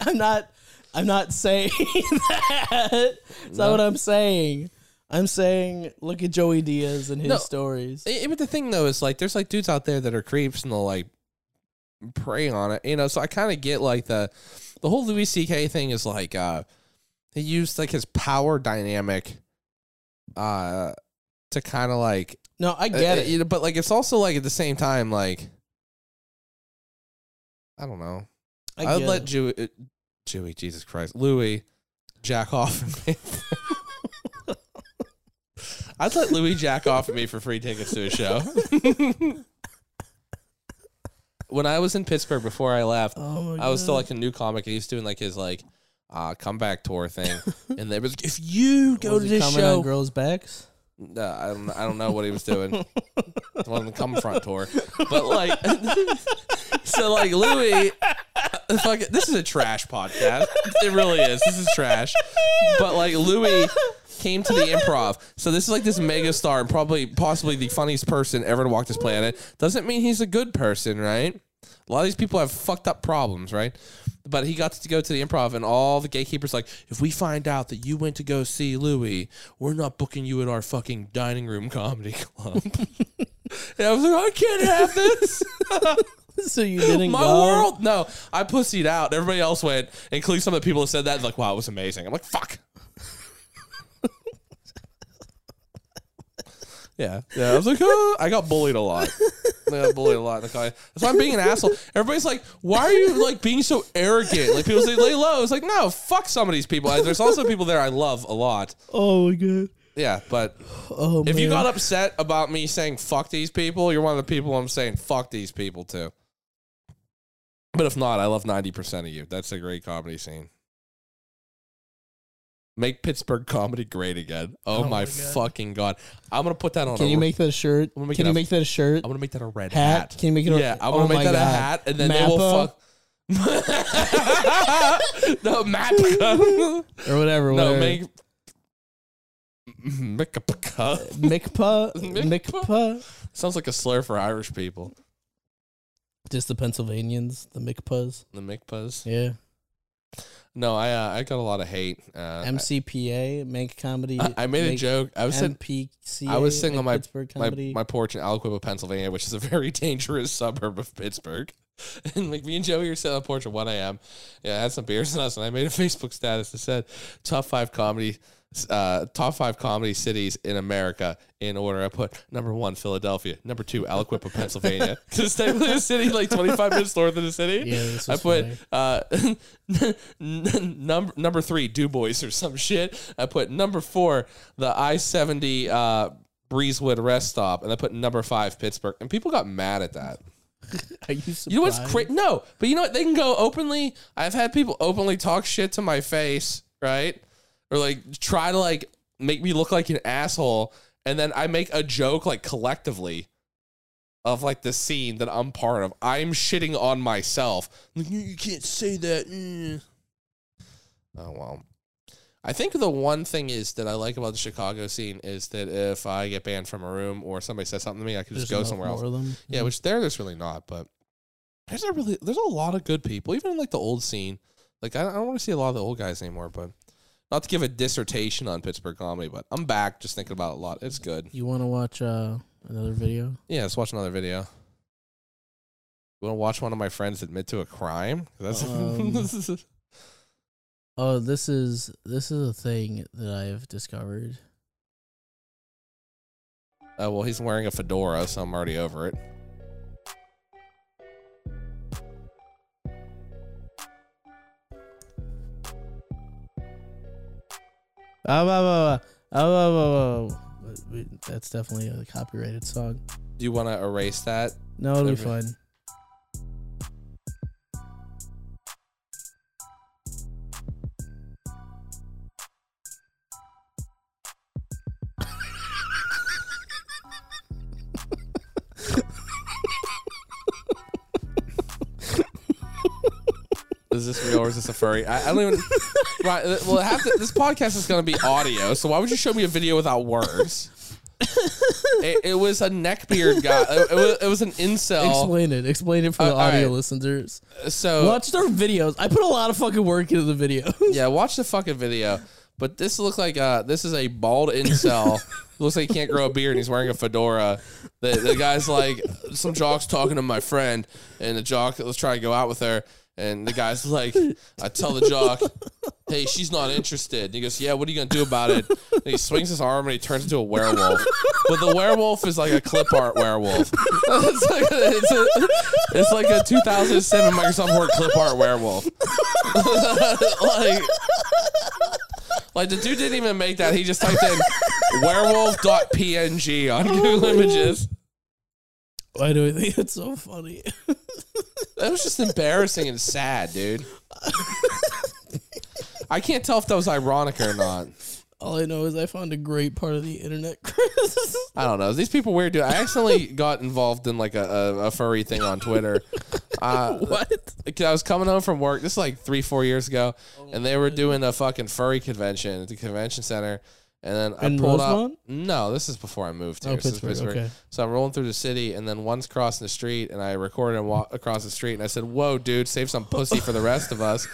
[SPEAKER 2] I'm not I'm not saying (laughs) that. That's not what I'm saying. I'm saying look at Joey Diaz and his
[SPEAKER 1] No.
[SPEAKER 2] stories.
[SPEAKER 1] Eh, but the thing though is like there's like dudes out there that are creeps and they'll like prey on it, you know. So I kind of get like the the whole Louis C.K. thing is like uh he used like his power dynamic uh to kind of like
[SPEAKER 2] No, I get
[SPEAKER 1] uh,
[SPEAKER 2] it.
[SPEAKER 1] you know, but like it's also like at the same time like I don't know.
[SPEAKER 2] I
[SPEAKER 1] I would
[SPEAKER 2] get
[SPEAKER 1] let
[SPEAKER 2] it.
[SPEAKER 1] Jewy, uh, Jewy, Jesus Christ, Louis, jack off. at me. (laughs) I'd let Louis jack off at me for free tickets to a
[SPEAKER 2] (laughs)
[SPEAKER 1] show. when I was in Pittsburgh before I left,
[SPEAKER 2] Oh my
[SPEAKER 1] I was still
[SPEAKER 2] God.
[SPEAKER 1] like a new comic, and he's doing like his like uh, comeback tour
[SPEAKER 2] (laughs)
[SPEAKER 1] thing. and there was if you go
[SPEAKER 2] Was
[SPEAKER 1] to
[SPEAKER 2] he
[SPEAKER 1] this
[SPEAKER 2] coming on
[SPEAKER 1] show,
[SPEAKER 2] girls' backs. (laughs)
[SPEAKER 1] no, Uh, I don't, I don't know what he was doing. on the come front tour, but like, (laughs) so like Louis, uh, fuck, it, this is a trash podcast. It really is. This is trash. But like Louis came to the improv, so this is like this mega star and probably possibly the funniest person ever to walk this planet. Doesn't mean he's a good person, right? A lot of these people have fucked up problems, right? But he got to go to the improv, and all the gatekeepers like, if we find out that you went to go see Louis, we're not booking you at our fucking dining room comedy club. (laughs) and I was like, I can't have this. (laughs)
[SPEAKER 2] So you didn't
[SPEAKER 1] My
[SPEAKER 2] go.
[SPEAKER 1] world. No, I pussied out. Everybody else went, including some of the people that said that. Like, wow, it was amazing. I'm like, fuck. (laughs) yeah, yeah. I was like, oh, I got bullied a lot. I got bullied a lot. in the college. That's why I'm being an asshole. Everybody's like, why are you like being so arrogant? Like people say, lay low. It's like, no, fuck some of these people. There's also people there I love a lot.
[SPEAKER 2] Oh my god.
[SPEAKER 1] Yeah, but
[SPEAKER 2] Oh
[SPEAKER 1] if you
[SPEAKER 2] man.
[SPEAKER 1] got upset about me saying fuck these people, you're one of the people I'm saying fuck these people to. But if not, I love 90% of you. That's a great comedy scene. Make Pittsburgh comedy great again. Oh, my, fucking god. I'm going to put that on
[SPEAKER 2] Can
[SPEAKER 1] a
[SPEAKER 2] you make that a shirt?
[SPEAKER 1] I'm gonna make it
[SPEAKER 2] Can you
[SPEAKER 1] up.
[SPEAKER 2] make that a shirt?
[SPEAKER 1] I'm going to make that a red
[SPEAKER 2] Hat?
[SPEAKER 1] hat.
[SPEAKER 2] Can you make it a-
[SPEAKER 1] Yeah, I'm going
[SPEAKER 2] oh
[SPEAKER 1] to
[SPEAKER 2] my
[SPEAKER 1] make that
[SPEAKER 2] God.
[SPEAKER 1] a hat and then they will
[SPEAKER 2] Mappa?
[SPEAKER 1] fuck (laughs) No
[SPEAKER 2] (laughs)
[SPEAKER 1] Mappa.
[SPEAKER 2] or whatever.
[SPEAKER 1] no,
[SPEAKER 2] whatever.
[SPEAKER 1] make (laughs) Mappa.
[SPEAKER 2] (laughs)
[SPEAKER 1] (laughs) Mikpa?
[SPEAKER 2] Mikpa, Mikpa,
[SPEAKER 1] Sounds like a slur for Irish people.
[SPEAKER 2] just the Pennsylvanians, the Mikpas.
[SPEAKER 1] The MCPAs.
[SPEAKER 2] Yeah,
[SPEAKER 1] No, I uh, I got a lot of hate. Uh,
[SPEAKER 2] MCPA, make comedy.
[SPEAKER 1] I, I made a
[SPEAKER 2] make
[SPEAKER 1] joke. I was sitting,
[SPEAKER 2] MPCA,
[SPEAKER 1] I was sitting
[SPEAKER 2] make
[SPEAKER 1] on my,
[SPEAKER 2] Pittsburgh
[SPEAKER 1] my
[SPEAKER 2] comedy.
[SPEAKER 1] my porch in Aliquippa, Pennsylvania, which is a (laughs) very dangerous suburb of Pittsburgh. (laughs) And like me and Joey were sitting on the porch at one a.m. Yeah, I had some beers in us, and I made a (laughs) Facebook status that said top five comedy. Uh, top five comedy cities in America in order. I put number one Philadelphia, number two Aliquippa, Pennsylvania. (laughs) Because they were a city like twenty five minutes north of the city.
[SPEAKER 2] Yeah, this
[SPEAKER 1] I
[SPEAKER 2] was
[SPEAKER 1] put
[SPEAKER 2] funny.
[SPEAKER 1] uh, (laughs) number number three, Du Bois or some shit. I put number four, the I seventy uh, Breezewood rest stop, and I put number five, Pittsburgh, and people got mad at that.
[SPEAKER 2] (laughs) Are you surprised?
[SPEAKER 1] You know what's crazy? No, but you know what? They can go openly. I've had people openly talk shit to my face, right? Or like try to like make me look like an asshole, and then I make a joke like collectively of like the scene that I'm part of. I'm shitting on myself. Like you, you can't say that. mm." Oh well. I think the one thing is that I like about the Chicago scene is that if I get banned from a room or somebody says something to me, I could just
[SPEAKER 2] There's
[SPEAKER 1] go
[SPEAKER 2] enough
[SPEAKER 1] somewhere else.
[SPEAKER 2] more of them.
[SPEAKER 1] Yeah, which there there's really not, but there's a really there's a lot of good people, even in like the old scene. Like I, I don't want to see a lot of the old guys anymore, but not to give a dissertation on Pittsburgh comedy, but I'm back just thinking about it a lot. It's good.
[SPEAKER 2] You want to watch uh, another video?
[SPEAKER 1] Yeah, let's watch another video. You want to watch one of my friends admit to a crime? That's
[SPEAKER 2] Um,
[SPEAKER 1] (laughs)
[SPEAKER 2] Oh, this is this is a thing that I've discovered.
[SPEAKER 1] uh, well, he's wearing a fedora, so I'm already over it. Ah,
[SPEAKER 2] Oh, oh, oh, oh, oh, oh, oh. Wait, wait, That's definitely a copyrighted song.
[SPEAKER 1] Do you want to erase that?
[SPEAKER 2] No, it'll be
[SPEAKER 1] Never-
[SPEAKER 2] fun.
[SPEAKER 1] Is this real or is this a furry? I, I don't even. Right, uh, well, half the, this podcast is going to be audio, so why would you show me a video without words? it, it was a neckbeard guy. It, it was, it was an incel.
[SPEAKER 2] Explain it. Explain it for the
[SPEAKER 1] Uh, Oh. all
[SPEAKER 2] audio
[SPEAKER 1] right. Uh,
[SPEAKER 2] listeners.
[SPEAKER 1] So
[SPEAKER 2] Watch their videos. I put a lot of fucking work into the video. (laughs)
[SPEAKER 1] yeah, watch the fucking video. But this looks like uh, this is a bald incel. looks like he can't grow a beard. and He's wearing a fedora. The, the guy's like, some jock's talking to my friend, and the jock let's try to go out with her. And the guy's like, I tell the jock, hey, she's not interested. And he goes, yeah, what are you gonna do about it? And he swings his arm and he turns into a werewolf. But the werewolf is like a clip art werewolf. (laughs) it's, like a, it's, a, it's like a 2007 Microsoft Word clip art werewolf. like, like the dude didn't even make that. He just typed in werewolf.png
[SPEAKER 2] Oh
[SPEAKER 1] on Google Images.
[SPEAKER 2] Why do I think it's so funny? (laughs)
[SPEAKER 1] That was just embarrassing and sad, dude. I can't tell if that was ironic or not.
[SPEAKER 2] All I know is I found a great part of the internet, (laughs) Chris.
[SPEAKER 1] I don't know. These people weird, dude. I accidentally got involved in like a, a, a furry thing on Twitter. Uh,
[SPEAKER 2] what?
[SPEAKER 1] Cause I was coming home from work. This is like three, four years ago, and they were doing a fucking furry convention at the convention center. And then I
[SPEAKER 2] In
[SPEAKER 1] pulled
[SPEAKER 2] Rosemont?
[SPEAKER 1] up. No, this is before I moved
[SPEAKER 2] Oh,
[SPEAKER 1] here. This is
[SPEAKER 2] Pittsburgh, okay.
[SPEAKER 1] So I'm rolling through the city, and then one's crossing the street, and I recorded and walk across the street, and I said, "Whoa, dude, save some pussy for the rest of
[SPEAKER 2] (laughs)
[SPEAKER 1] us."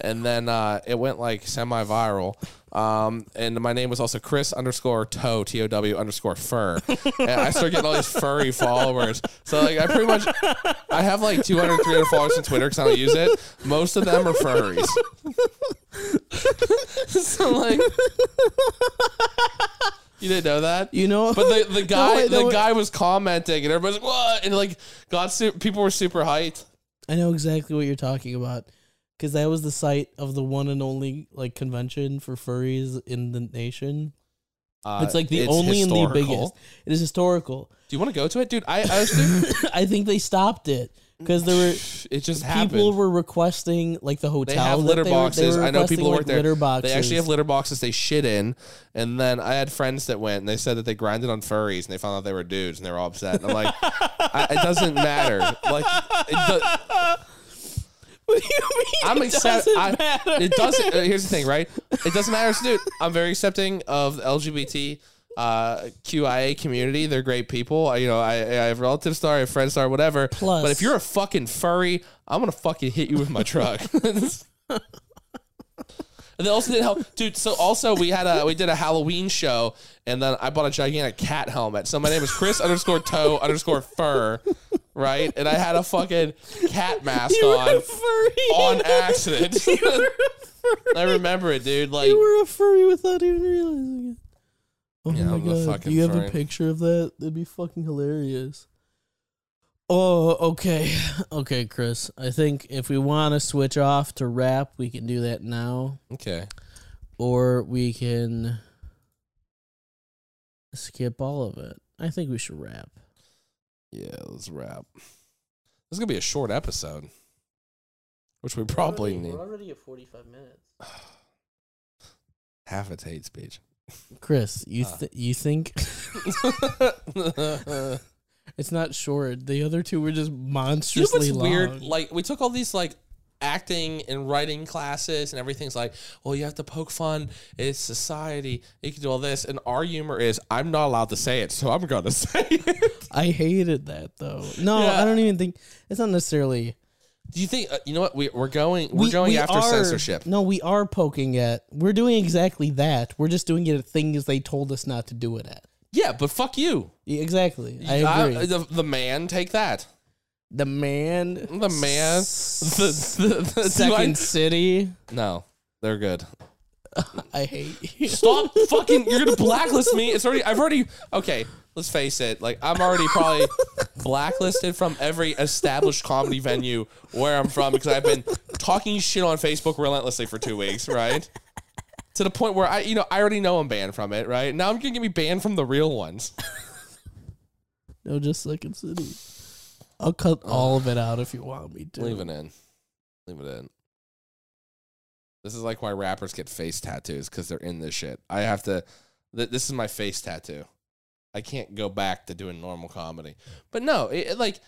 [SPEAKER 1] And then uh, it went like semi-viral, um, and my name was also Chris underscore Toe T O W underscore
[SPEAKER 2] (laughs)
[SPEAKER 1] Fur. And I started getting all these furry followers. So like I pretty much I have like 200, 300 followers on Twitter because I don't use it. Most of them are
[SPEAKER 2] (laughs)
[SPEAKER 1] furries. (laughs) so like, you didn't know that.
[SPEAKER 2] You know,
[SPEAKER 1] But the,
[SPEAKER 2] (laughs)
[SPEAKER 1] the guy
[SPEAKER 2] I know
[SPEAKER 1] the
[SPEAKER 2] it.
[SPEAKER 1] guy was commenting and everybody's like, what? And like got su- people were super hyped.
[SPEAKER 2] I know exactly what you're talking about because that was the site of the one and only like convention for furries in the nation.
[SPEAKER 1] Uh,
[SPEAKER 2] It's like the only and the
[SPEAKER 1] historical.
[SPEAKER 2] biggest. It is historical. (coughs)
[SPEAKER 1] Do you want to go to it, dude? I, I was dude,
[SPEAKER 2] I think they stopped it because there were
[SPEAKER 1] (laughs) (coughs) it just happened.
[SPEAKER 2] people were requesting like the hotel.
[SPEAKER 1] They have
[SPEAKER 2] that
[SPEAKER 1] litter
[SPEAKER 2] they were-
[SPEAKER 1] boxes.
[SPEAKER 2] They were
[SPEAKER 1] I know
[SPEAKER 2] requesting,
[SPEAKER 1] people who
[SPEAKER 2] like,
[SPEAKER 1] work there.
[SPEAKER 2] Litter boxes.
[SPEAKER 1] They actually have litter boxes they shit in. And then I had friends that went and they said that they grinded on furries and they found out they were dudes and they were all upset. And I'm like, (laughs) I, it doesn't matter. Like, it do-
[SPEAKER 2] (laughs) what do you mean?
[SPEAKER 1] (laughs) I'm
[SPEAKER 2] it
[SPEAKER 1] accept-
[SPEAKER 2] doesn't
[SPEAKER 1] I-
[SPEAKER 2] matter?
[SPEAKER 1] It doesn't. uh, Here's the thing, right? It doesn't matter, dude. I'm very accepting of the LGBT uh, QIA community. They're great people. I, you know, I, I have relatives, star, I have friends, star, whatever.
[SPEAKER 2] Plus-
[SPEAKER 1] but if you're a fucking furry, I'm gonna fucking hit you with my
[SPEAKER 2] (laughs)
[SPEAKER 1] truck. And they also didn't help, dude. So also we had a we did a Halloween show, and then I bought a gigantic cat helmet. So my name is Chris underscore Toe underscore Fur, right? And I had a fucking cat mask
[SPEAKER 2] You
[SPEAKER 1] on
[SPEAKER 2] were a furry.
[SPEAKER 1] on accident.
[SPEAKER 2] (laughs) you were a
[SPEAKER 1] (laughs)
[SPEAKER 2] furry.
[SPEAKER 1] I remember it, dude. Like,
[SPEAKER 2] You were a furry without even realizing it. Oh
[SPEAKER 1] Yeah,
[SPEAKER 2] my
[SPEAKER 1] I'm a
[SPEAKER 2] god! Do
[SPEAKER 1] fucking
[SPEAKER 2] you have a
[SPEAKER 1] furry.
[SPEAKER 2] picture of that? That'd be fucking hilarious. Oh, okay, (laughs) okay, Chris. I think if we want to switch off to rap, we can do that now,
[SPEAKER 1] okay,
[SPEAKER 2] or we can skip all of it. I think we should rap.
[SPEAKER 1] yeah, let's wrap. This is gonna be a short episode, which we probably need.
[SPEAKER 2] already at forty-five minutes.
[SPEAKER 1] Half its hate speech.
[SPEAKER 2] Chris, you
[SPEAKER 1] Uh.
[SPEAKER 2] th- you think
[SPEAKER 1] (laughs) you
[SPEAKER 2] it's not short? The other two were just
[SPEAKER 1] know
[SPEAKER 2] monstrously
[SPEAKER 1] what's
[SPEAKER 2] long.
[SPEAKER 1] weird? Like, we took all these like acting and writing classes, and everything's like, well, you have to poke fun. It's society. You can do all this, and our humor is, I'm not allowed to say it, so I'm gonna (laughs) say it.
[SPEAKER 2] I hated that though. No,
[SPEAKER 1] Yeah.
[SPEAKER 2] I don't even think it's not necessarily.
[SPEAKER 1] Do you think? Uh, you know what? We, we're going. We're
[SPEAKER 2] we-
[SPEAKER 1] going
[SPEAKER 2] we
[SPEAKER 1] after
[SPEAKER 2] are-
[SPEAKER 1] censorship.
[SPEAKER 2] No, we are poking at. We're doing exactly that. We're just doing it at things they told us not to do it at.
[SPEAKER 1] Yeah, but fuck you.
[SPEAKER 2] Yeah, Exactly. I
[SPEAKER 1] I-
[SPEAKER 2] agree.
[SPEAKER 1] the, the man, take that.
[SPEAKER 2] the man.
[SPEAKER 1] The man. The, the, the, do (laughs)
[SPEAKER 2] Second City.
[SPEAKER 1] I- no, they're good.
[SPEAKER 2] I hate you.
[SPEAKER 1] Stop fucking. You're going to blacklist me. It's already. I've already. Okay, let's face it. Like, I'm already probably blacklisted from every established comedy venue where I'm from because I've been talking shit on Facebook relentlessly for two weeks, right? To the point where I, you know, I already know I'm banned from it, right? Now I'm going to get me banned from the real ones.
[SPEAKER 2] No, just Second City. I'll cut all of it out if you want me to.
[SPEAKER 1] Leave it in. Leave it in. This is like why rappers get face tattoos because they're in this shit. I have to. Th- this is my face tattoo. I can't go back to doing normal comedy. But no, it, it, like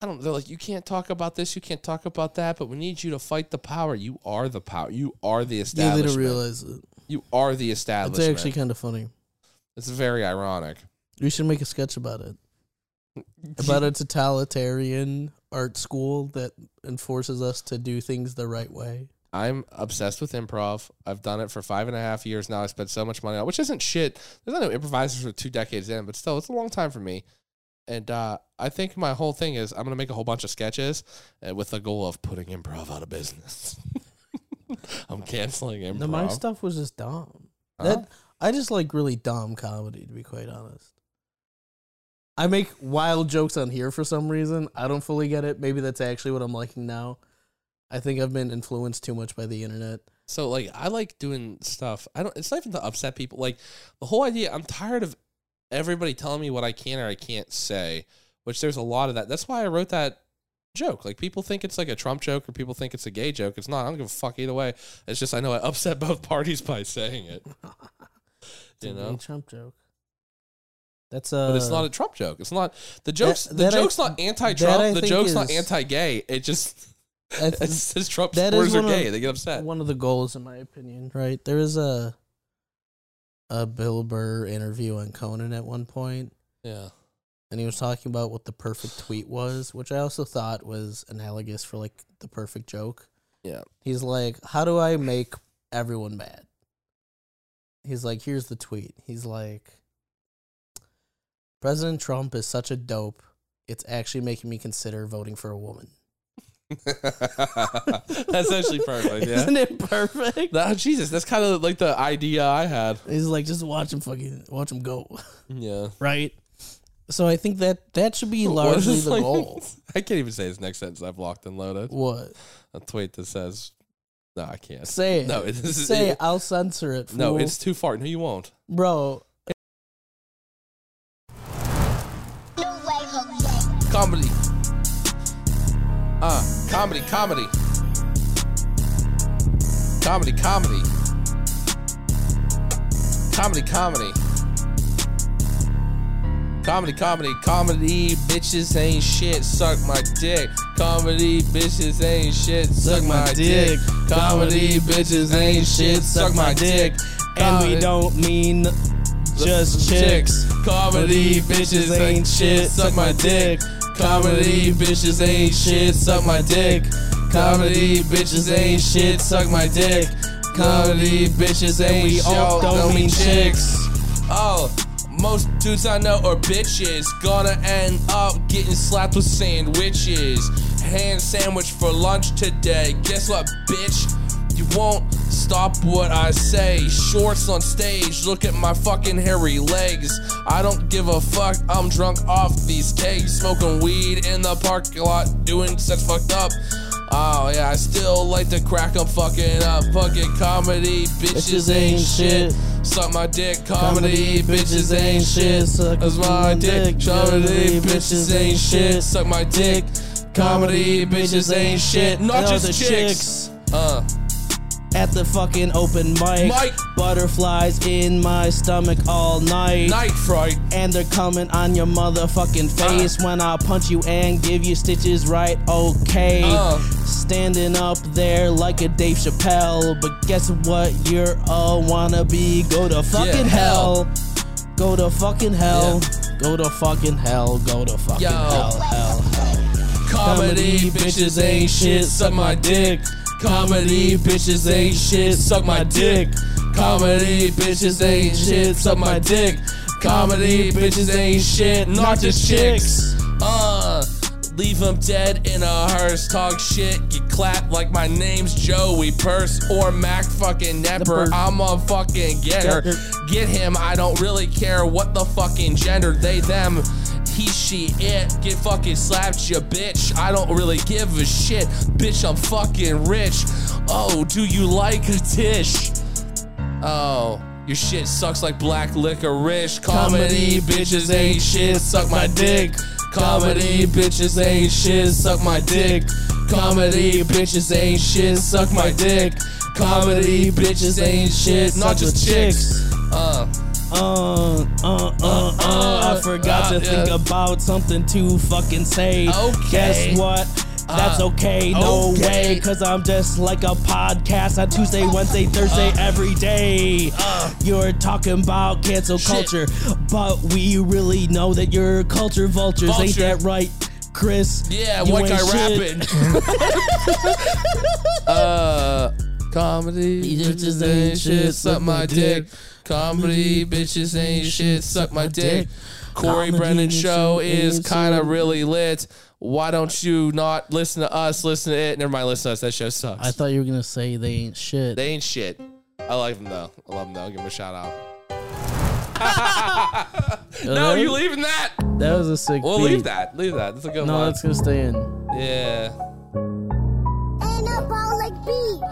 [SPEAKER 1] I don't know. They're like, you can't talk about this, you can't talk about that, but we need you to fight the power. You are the power. You are the
[SPEAKER 2] They
[SPEAKER 1] establishment.
[SPEAKER 2] didn't realize it.
[SPEAKER 1] you are the
[SPEAKER 2] It's
[SPEAKER 1] establishment.
[SPEAKER 2] actually kind of funny.
[SPEAKER 1] it's very ironic.
[SPEAKER 2] We should make a sketch
[SPEAKER 1] (laughs)
[SPEAKER 2] about it. About a totalitarian art school that enforces us to do things the right way.
[SPEAKER 1] I'm obsessed with improv. I've done it for five and a half years now. I spent so much money on it, which isn't shit. There's no improvisers for two decades in, but still, it's a long time for me. And uh, I think my whole thing is I'm going to make a whole bunch of sketches uh, with the goal of putting improv out of business. (laughs) I'm canceling improv.
[SPEAKER 2] No, my stuff was just dumb. That I just like really dumb comedy, to be quite honest. I make wild jokes on here for some reason. I don't fully get it. Maybe that's actually what I'm liking now. I think I've been influenced too much by the internet.
[SPEAKER 1] So like I like doing stuff. I don't it's not even to upset people. Like the whole idea I'm tired of everybody telling me what I can or I can't say, which there's a lot of that. That's why I wrote that joke. Like people think it's like a Trump joke or people think it's a gay joke. It's not. I don't give a fuck either way. It's just I know I upset (laughs) both parties by saying
[SPEAKER 2] (laughs)
[SPEAKER 1] it.
[SPEAKER 2] It's
[SPEAKER 1] You
[SPEAKER 2] a
[SPEAKER 1] know?
[SPEAKER 2] Trump joke. That's uh, a.
[SPEAKER 1] But it's not a Trump joke. It's not the jokes the
[SPEAKER 2] that I-
[SPEAKER 1] joke's not
[SPEAKER 2] that I
[SPEAKER 1] anti-Trump. The
[SPEAKER 2] think
[SPEAKER 1] joke's not
[SPEAKER 2] is-
[SPEAKER 1] anti-gay. It just (laughs)
[SPEAKER 2] that's-
[SPEAKER 1] it says Trump
[SPEAKER 2] (laughs) that is
[SPEAKER 1] supporters are
[SPEAKER 2] one of-
[SPEAKER 1] gay. They get upset.
[SPEAKER 2] one of the goals, in my opinion, right? There is a a Bill Burr interview on Conan at one point,
[SPEAKER 1] yeah.
[SPEAKER 2] and he was talking about what the perfect tweet was, which I also thought was analogous for like the perfect joke.
[SPEAKER 1] Yeah.
[SPEAKER 2] He's like, "How do I make everyone mad?" He's like, "Here's the tweet." He's like, "President Trump is such a dope. It's actually making me consider voting for a woman."
[SPEAKER 1] (laughs) That's actually (laughs) perfect. Yeah.
[SPEAKER 2] Isn't it perfect?
[SPEAKER 1] Oh, Jesus, that's kind of like the idea I had.
[SPEAKER 2] He's like, just watch him fucking watch him go, (laughs)
[SPEAKER 1] Yeah.
[SPEAKER 2] right? So I think that that should
[SPEAKER 1] (laughs)
[SPEAKER 2] be
[SPEAKER 1] What
[SPEAKER 2] largely
[SPEAKER 1] is,
[SPEAKER 2] the
[SPEAKER 1] like-
[SPEAKER 2] goal.
[SPEAKER 1] I can't even say his next sentence I've locked and loaded.
[SPEAKER 2] What
[SPEAKER 1] A tweet that says, no, I can't.
[SPEAKER 2] say it?
[SPEAKER 1] No, it- this is- (laughs)
[SPEAKER 2] say
[SPEAKER 1] it-
[SPEAKER 2] it. I'll censor it. Fool.
[SPEAKER 1] No, it's too far. No, you won't.
[SPEAKER 2] bro.
[SPEAKER 1] Comedy. Uh, comedy, comedy. Comedy, comedy. Comedy, comedy. Comedy, comedy, comedy, bitches ain't shit, suck my dick. Comedy, bitches ain't shit, suck my dick. Comedy, bitches ain't shit, suck my dick. Comedy-
[SPEAKER 2] don't mean just
[SPEAKER 1] Comedy bitches ain't shit, suck my dick. Comedy bitches ain't shit, suck my dick. Comedy bitches ain't shit, suck my dick. Comedy bitches ain't shit,
[SPEAKER 2] all don't mean
[SPEAKER 1] chicks. Oh, most dudes I know are bitches. Gonna end up getting slapped with sandwiches. Hand sandwich for lunch today. Guess what, bitch? You won't stop what I say. Shorts on stage, look at my fucking hairy legs. I don't give a fuck, I'm drunk off these kegs. Smoking weed in the parking lot, doing such fucked up. Oh yeah, I still like to crack up fucking up. Fucking comedy, bitches ain't shit. Suck my dick, comedy, bitches ain't shit. Suck my dick, comedy, bitches ain't shit. Suck my dick, comedy, bitches ain't shit. Not just chicks. Uh,
[SPEAKER 2] at the fucking open mic.
[SPEAKER 1] Mic.
[SPEAKER 2] Butterflies in my stomach all night.
[SPEAKER 1] night Uh. fright.
[SPEAKER 2] And they're coming on your motherfucking face when I punch you and give you stitches, right? Okay.
[SPEAKER 1] Uh.
[SPEAKER 2] Standing up there like a Dave Chappelle. But guess what? You're a wannabe. Go to fucking hell.
[SPEAKER 1] hell.
[SPEAKER 2] Go to fucking hell. Go to fucking hell. Go to fucking
[SPEAKER 1] Yo.
[SPEAKER 2] hell. Hell.
[SPEAKER 1] Comedy bitches ain't shit, suck my dick. Comedy bitches ain't shit, suck my dick. Comedy bitches ain't shit, suck my dick. Comedy bitches ain't shit, not just chicks. Uh, leave them dead in a hearse. Talk shit, get clapped like my name's Joey Purse or Mac fucking Nepper.
[SPEAKER 2] Nepper.
[SPEAKER 1] I'm a fucking getter. Get him, I don't really care what the fucking gender. They, them, he, she, it. Get fucking slapped, you bitch. I don't really give a shit. Bitch, I'm fucking rich. Oh, do you like a dish? Oh, your shit sucks like black licorice. Comedy bitches ain't shit, suck my dick. Comedy bitches ain't shit, suck my dick. Comedy bitches ain't shit, suck my dick. Comedy bitches ain't shit, not just chicks. Uh,
[SPEAKER 2] uh, uh, uh, uh, I forgot
[SPEAKER 1] uh,
[SPEAKER 2] to think
[SPEAKER 1] yeah.
[SPEAKER 2] about something to fucking say.
[SPEAKER 1] Okay. Uh,
[SPEAKER 2] Guess what? That's okay, no
[SPEAKER 1] okay.
[SPEAKER 2] way, cause I'm just like a podcast on Tuesday, Wednesday, Thursday,
[SPEAKER 1] Uh,
[SPEAKER 2] every day. you're talking about cancel culture, but we really know that you're culture vultures, ain't
[SPEAKER 1] Vulture.
[SPEAKER 2] that right, Chris?
[SPEAKER 1] Yeah,
[SPEAKER 2] You
[SPEAKER 1] white guy
[SPEAKER 2] ain't shit.
[SPEAKER 1] rapping.
[SPEAKER 2] (laughs)
[SPEAKER 1] uh, comedy bitches ain't shit. Suck my dick. Comedy bitches ain't shit. Suck my dick. Corey
[SPEAKER 2] Comedy
[SPEAKER 1] Brennan
[SPEAKER 2] bitches
[SPEAKER 1] show is
[SPEAKER 2] ain't
[SPEAKER 1] kind
[SPEAKER 2] shit.
[SPEAKER 1] of really lit. Why don't you not listen to us? Listen to it. Never mind. Listen to us. That show sucks.
[SPEAKER 2] I thought you were gonna say they ain't shit.
[SPEAKER 1] they ain't shit. I like them though. I love them though. Give them a shout out. No, you leaving that?
[SPEAKER 2] That was a sick.
[SPEAKER 1] Well, leave that. Leave that. That's a good
[SPEAKER 2] No,
[SPEAKER 1] one.
[SPEAKER 2] that's gonna stay in.
[SPEAKER 1] yeah.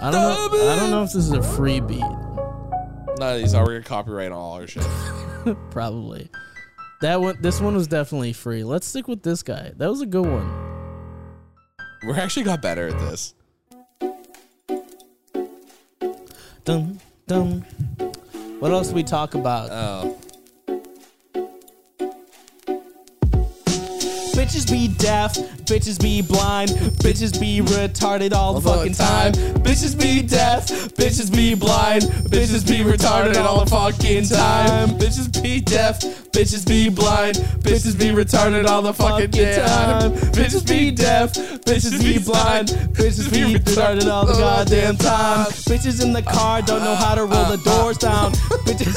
[SPEAKER 2] I don't know. I don't know if this is a free beat.
[SPEAKER 1] None of these are. We're gonna copyright on all our shit.
[SPEAKER 2] Probably. That one. This one was definitely free. Let's stick with this guy. That was a good one.
[SPEAKER 1] we actually got better at this.
[SPEAKER 2] Dum dum. What else we talk about?
[SPEAKER 1] Oh.
[SPEAKER 2] bitches be deaf. Bitches be blind. Bitches be retarded all the
[SPEAKER 1] All the
[SPEAKER 2] fucking time.
[SPEAKER 1] time.
[SPEAKER 2] Bitches be deaf. Bitches be blind. Bitches be retarded all the fucking time.
[SPEAKER 1] Bitches be deaf. Bitches be blind. Bitches be retarded all the fucking time. Bitches be deaf. Bitches be blind.
[SPEAKER 2] Bitches be retarded all the goddamn oh, time. Bitches in the car don't know how to roll the doors down. (laughs) Bitches.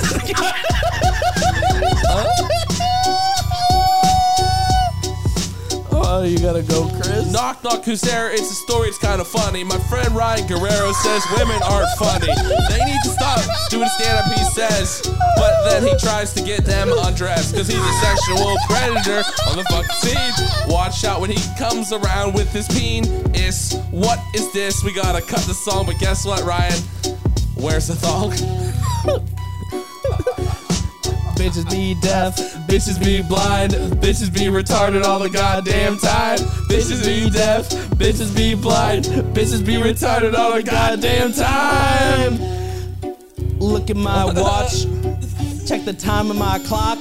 [SPEAKER 2] Oh, you gotta go, Chris.
[SPEAKER 1] Knock knock who's there? It's a story, it's kinda funny. My friend Ryan Guerrero says women aren't funny. They need to stop doing stand-up, he says. But then he tries to get them undressed, cause he's a sexual predator on the fucking scene. Watch out when he comes around with his penis. What is this? We gotta cut the song, but guess what, Ryan? Where's the thong?
[SPEAKER 2] Bitches be deaf.
[SPEAKER 1] Bitches be blind, bitches be retarded all the goddamn time. Bitches be deaf, bitches be blind, bitches be retarded all the goddamn time.
[SPEAKER 2] Look at
[SPEAKER 1] (laughs)
[SPEAKER 2] my watch. Check the time of my clock.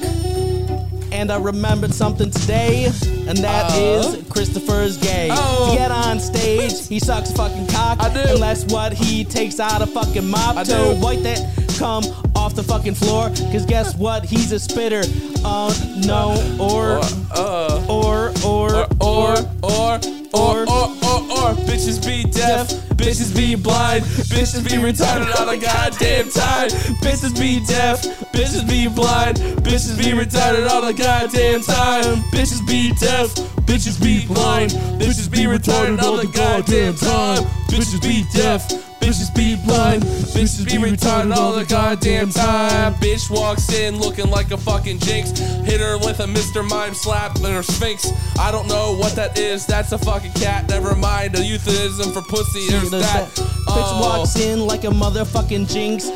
[SPEAKER 2] And I remembered something today, and that is Christopher's gay.
[SPEAKER 1] Uh-huh. Oh.
[SPEAKER 2] To get on stage, he sucks fucking cock.
[SPEAKER 1] I do.
[SPEAKER 2] And that's what he takes out a fucking mop
[SPEAKER 1] I
[SPEAKER 2] to
[SPEAKER 1] do.
[SPEAKER 2] wipe that come off the fucking floor. Cause guess what? He's a spitter. Uh, no, or,
[SPEAKER 1] Uh,
[SPEAKER 2] or, or,
[SPEAKER 1] or, or, or, or,
[SPEAKER 2] Or.
[SPEAKER 1] or, or, or, bitches be deaf, bitches be blind, bitches be retarded all the goddamn time. Bitches be deaf, bitches be blind, bitches be retarded all the goddamn time. Bitches be deaf, bitches be blind, bitches be retarded all the goddamn time. Bitches be deaf. Bitches be blind, bitches be retarded all the goddamn time. Bitch walks in looking like a fucking jinx. Hit her with a Mr. Mime slap in her sphinx. I don't know what that is. That's a fucking cat. Never mind. A euphemism for pussy. There's that.
[SPEAKER 2] Bitch
[SPEAKER 1] Oh.
[SPEAKER 2] walks in like a motherfucking jinx.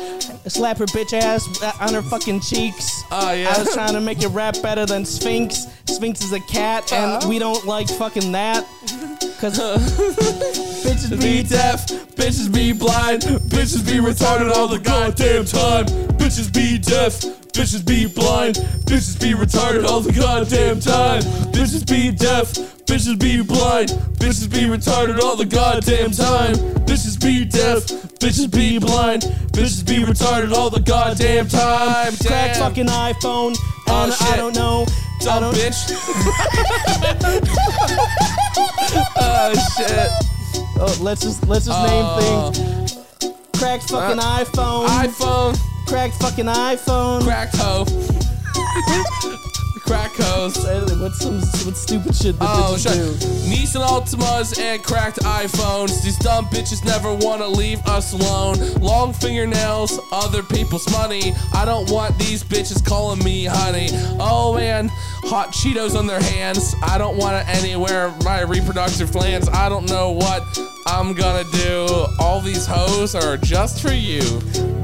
[SPEAKER 2] Slap her bitch ass on her fucking cheeks.
[SPEAKER 1] Oh, yeah.
[SPEAKER 2] I was trying to make it rap better than Sphinx. Sphinx is a cat, and
[SPEAKER 1] Uh-huh.
[SPEAKER 2] we don't like
[SPEAKER 1] (laughs)
[SPEAKER 2] fucking that. Cause bitches
[SPEAKER 1] be
[SPEAKER 2] be
[SPEAKER 1] deaf, bitches be blind, bitches be retarded all the goddamn time. Bitches be deaf, bitches be blind, bitches be retarded all the goddamn time. Bitches be deaf, bitches be blind, bitches be retarded all the goddamn time. Bitches be deaf, bitches be blind, bitches be retarded all the goddamn time.
[SPEAKER 2] crack
[SPEAKER 1] Damn.
[SPEAKER 2] fucking iPhone,
[SPEAKER 1] Oh,
[SPEAKER 2] and I
[SPEAKER 1] shit.
[SPEAKER 2] don't know. I
[SPEAKER 1] dumb
[SPEAKER 2] don't,
[SPEAKER 1] bitch. (laughs) oh shit.
[SPEAKER 2] (laughs) oh, let's just let's just
[SPEAKER 1] Oh. Uh,
[SPEAKER 2] name things. Cracked fucking iPhone.
[SPEAKER 1] iPhone.
[SPEAKER 2] cracked fucking iPhone.
[SPEAKER 1] cracked hoe. (laughs) Crack hoes.
[SPEAKER 2] What's some what stupid shit that
[SPEAKER 1] Oh,
[SPEAKER 2] bitches
[SPEAKER 1] shut
[SPEAKER 2] do?
[SPEAKER 1] Nissan Altimas and cracked iPhones. These dumb bitches never wanna leave us alone. Long fingernails, other people's money. I don't want these bitches calling me honey. Oh man, hot Cheetos on their hands. I don't want it anywhere. My reproductive glands. I don't know what I'm gonna do. All these hoes are just for you.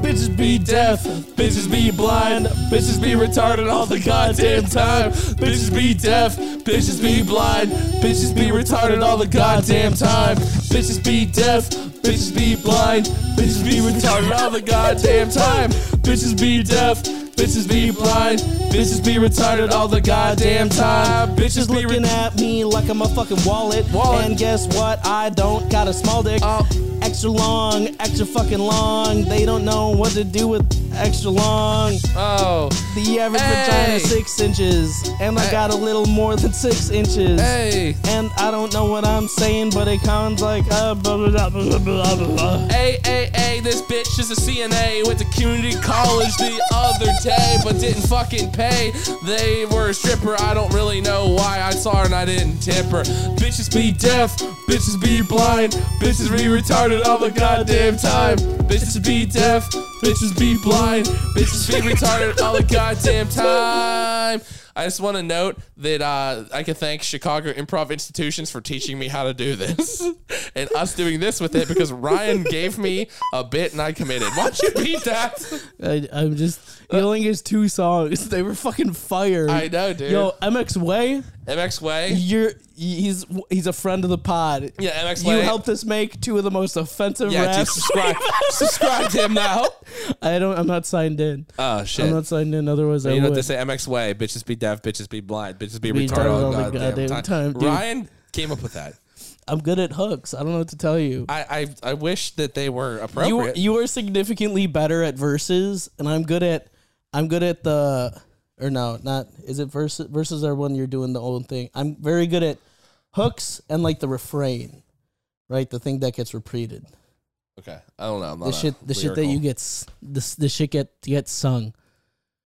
[SPEAKER 1] Bitches be deaf, bitches be blind, bitches be retarded all the goddamn time. Bitches be deaf, bitches be blind, bitches be retarded all the goddamn time. Bitches be deaf, bitches be blind, bitches be retarded all the goddamn time. Bitches be deaf, Bitches be blind. Bitches be retarded all the goddamn time. Bitches
[SPEAKER 2] Just
[SPEAKER 1] be
[SPEAKER 2] looking
[SPEAKER 1] re-
[SPEAKER 2] at me like I'm a fucking wallet.
[SPEAKER 1] Wallet.
[SPEAKER 2] And guess what? I don't got a small dick.
[SPEAKER 1] Oh.
[SPEAKER 2] Extra long, extra fucking long. They don't know what to do with extra long.
[SPEAKER 1] Oh,
[SPEAKER 2] The average vagina
[SPEAKER 1] Hey.
[SPEAKER 2] is six inches, and I
[SPEAKER 1] Hey.
[SPEAKER 2] got a little more than six inches.
[SPEAKER 1] hey.
[SPEAKER 2] And I don't know what I'm saying, but it sounds like uh, blah, blah, blah, blah, blah, blah, blah.
[SPEAKER 1] Hey, hey, hey, this bitch is a CNA. Went to community college the other day, but didn't fucking pay. They were a stripper. I don't really know why. I saw her and I didn't tip her. Bitches be deaf. Bitches be blind. Bitches be retarded all the goddamn time. Bitches be deaf. Bitches be blind. Bitches be retarded all the goddamn time. I just want to note that uh, I can thank Chicago Improv Institutions for teaching me how to do this (laughs) and us doing this with it because Ryan gave me a bit and I committed. Why don't you beat that?
[SPEAKER 2] I, I'm just. It only is two songs. (laughs) They were fucking fire.
[SPEAKER 1] Uh. I know, dude.
[SPEAKER 2] Yo, MX Way,
[SPEAKER 1] MX Way.
[SPEAKER 2] you're he's he's a friend of the pod.
[SPEAKER 1] Yeah, MX
[SPEAKER 2] You
[SPEAKER 1] Way.
[SPEAKER 2] helped us make two of the most offensive
[SPEAKER 1] Yeah, dude,
[SPEAKER 2] raps. (laughs)
[SPEAKER 1] subscribe. subscribe to him now.
[SPEAKER 2] I don't. I'm not signed in.
[SPEAKER 1] Oh, shit.
[SPEAKER 2] I'm not signed in. Otherwise, I
[SPEAKER 1] you know
[SPEAKER 2] would.
[SPEAKER 1] what they say? MX Way. Bitches be deaf. Bitches be blind. Bitches be,
[SPEAKER 2] Be
[SPEAKER 1] retarded all the goddamn, time.
[SPEAKER 2] dude.
[SPEAKER 1] Ryan came up with that.
[SPEAKER 2] I'm good at hooks. I don't know what to tell you.
[SPEAKER 1] I, I, I wish that they were
[SPEAKER 2] You
[SPEAKER 1] appropriate.
[SPEAKER 2] you are significantly better at verses, and I'm good at I'm good at the or no, not is it verses? Verses are when you're doing the old thing. I'm very good at hooks and like the refrain, right? The thing that gets repeated.
[SPEAKER 1] okay. I don't know. I'm not
[SPEAKER 2] The
[SPEAKER 1] a
[SPEAKER 2] shit, the shit that
[SPEAKER 1] lyrical-
[SPEAKER 2] you get, s- the s- the shit get gets sung.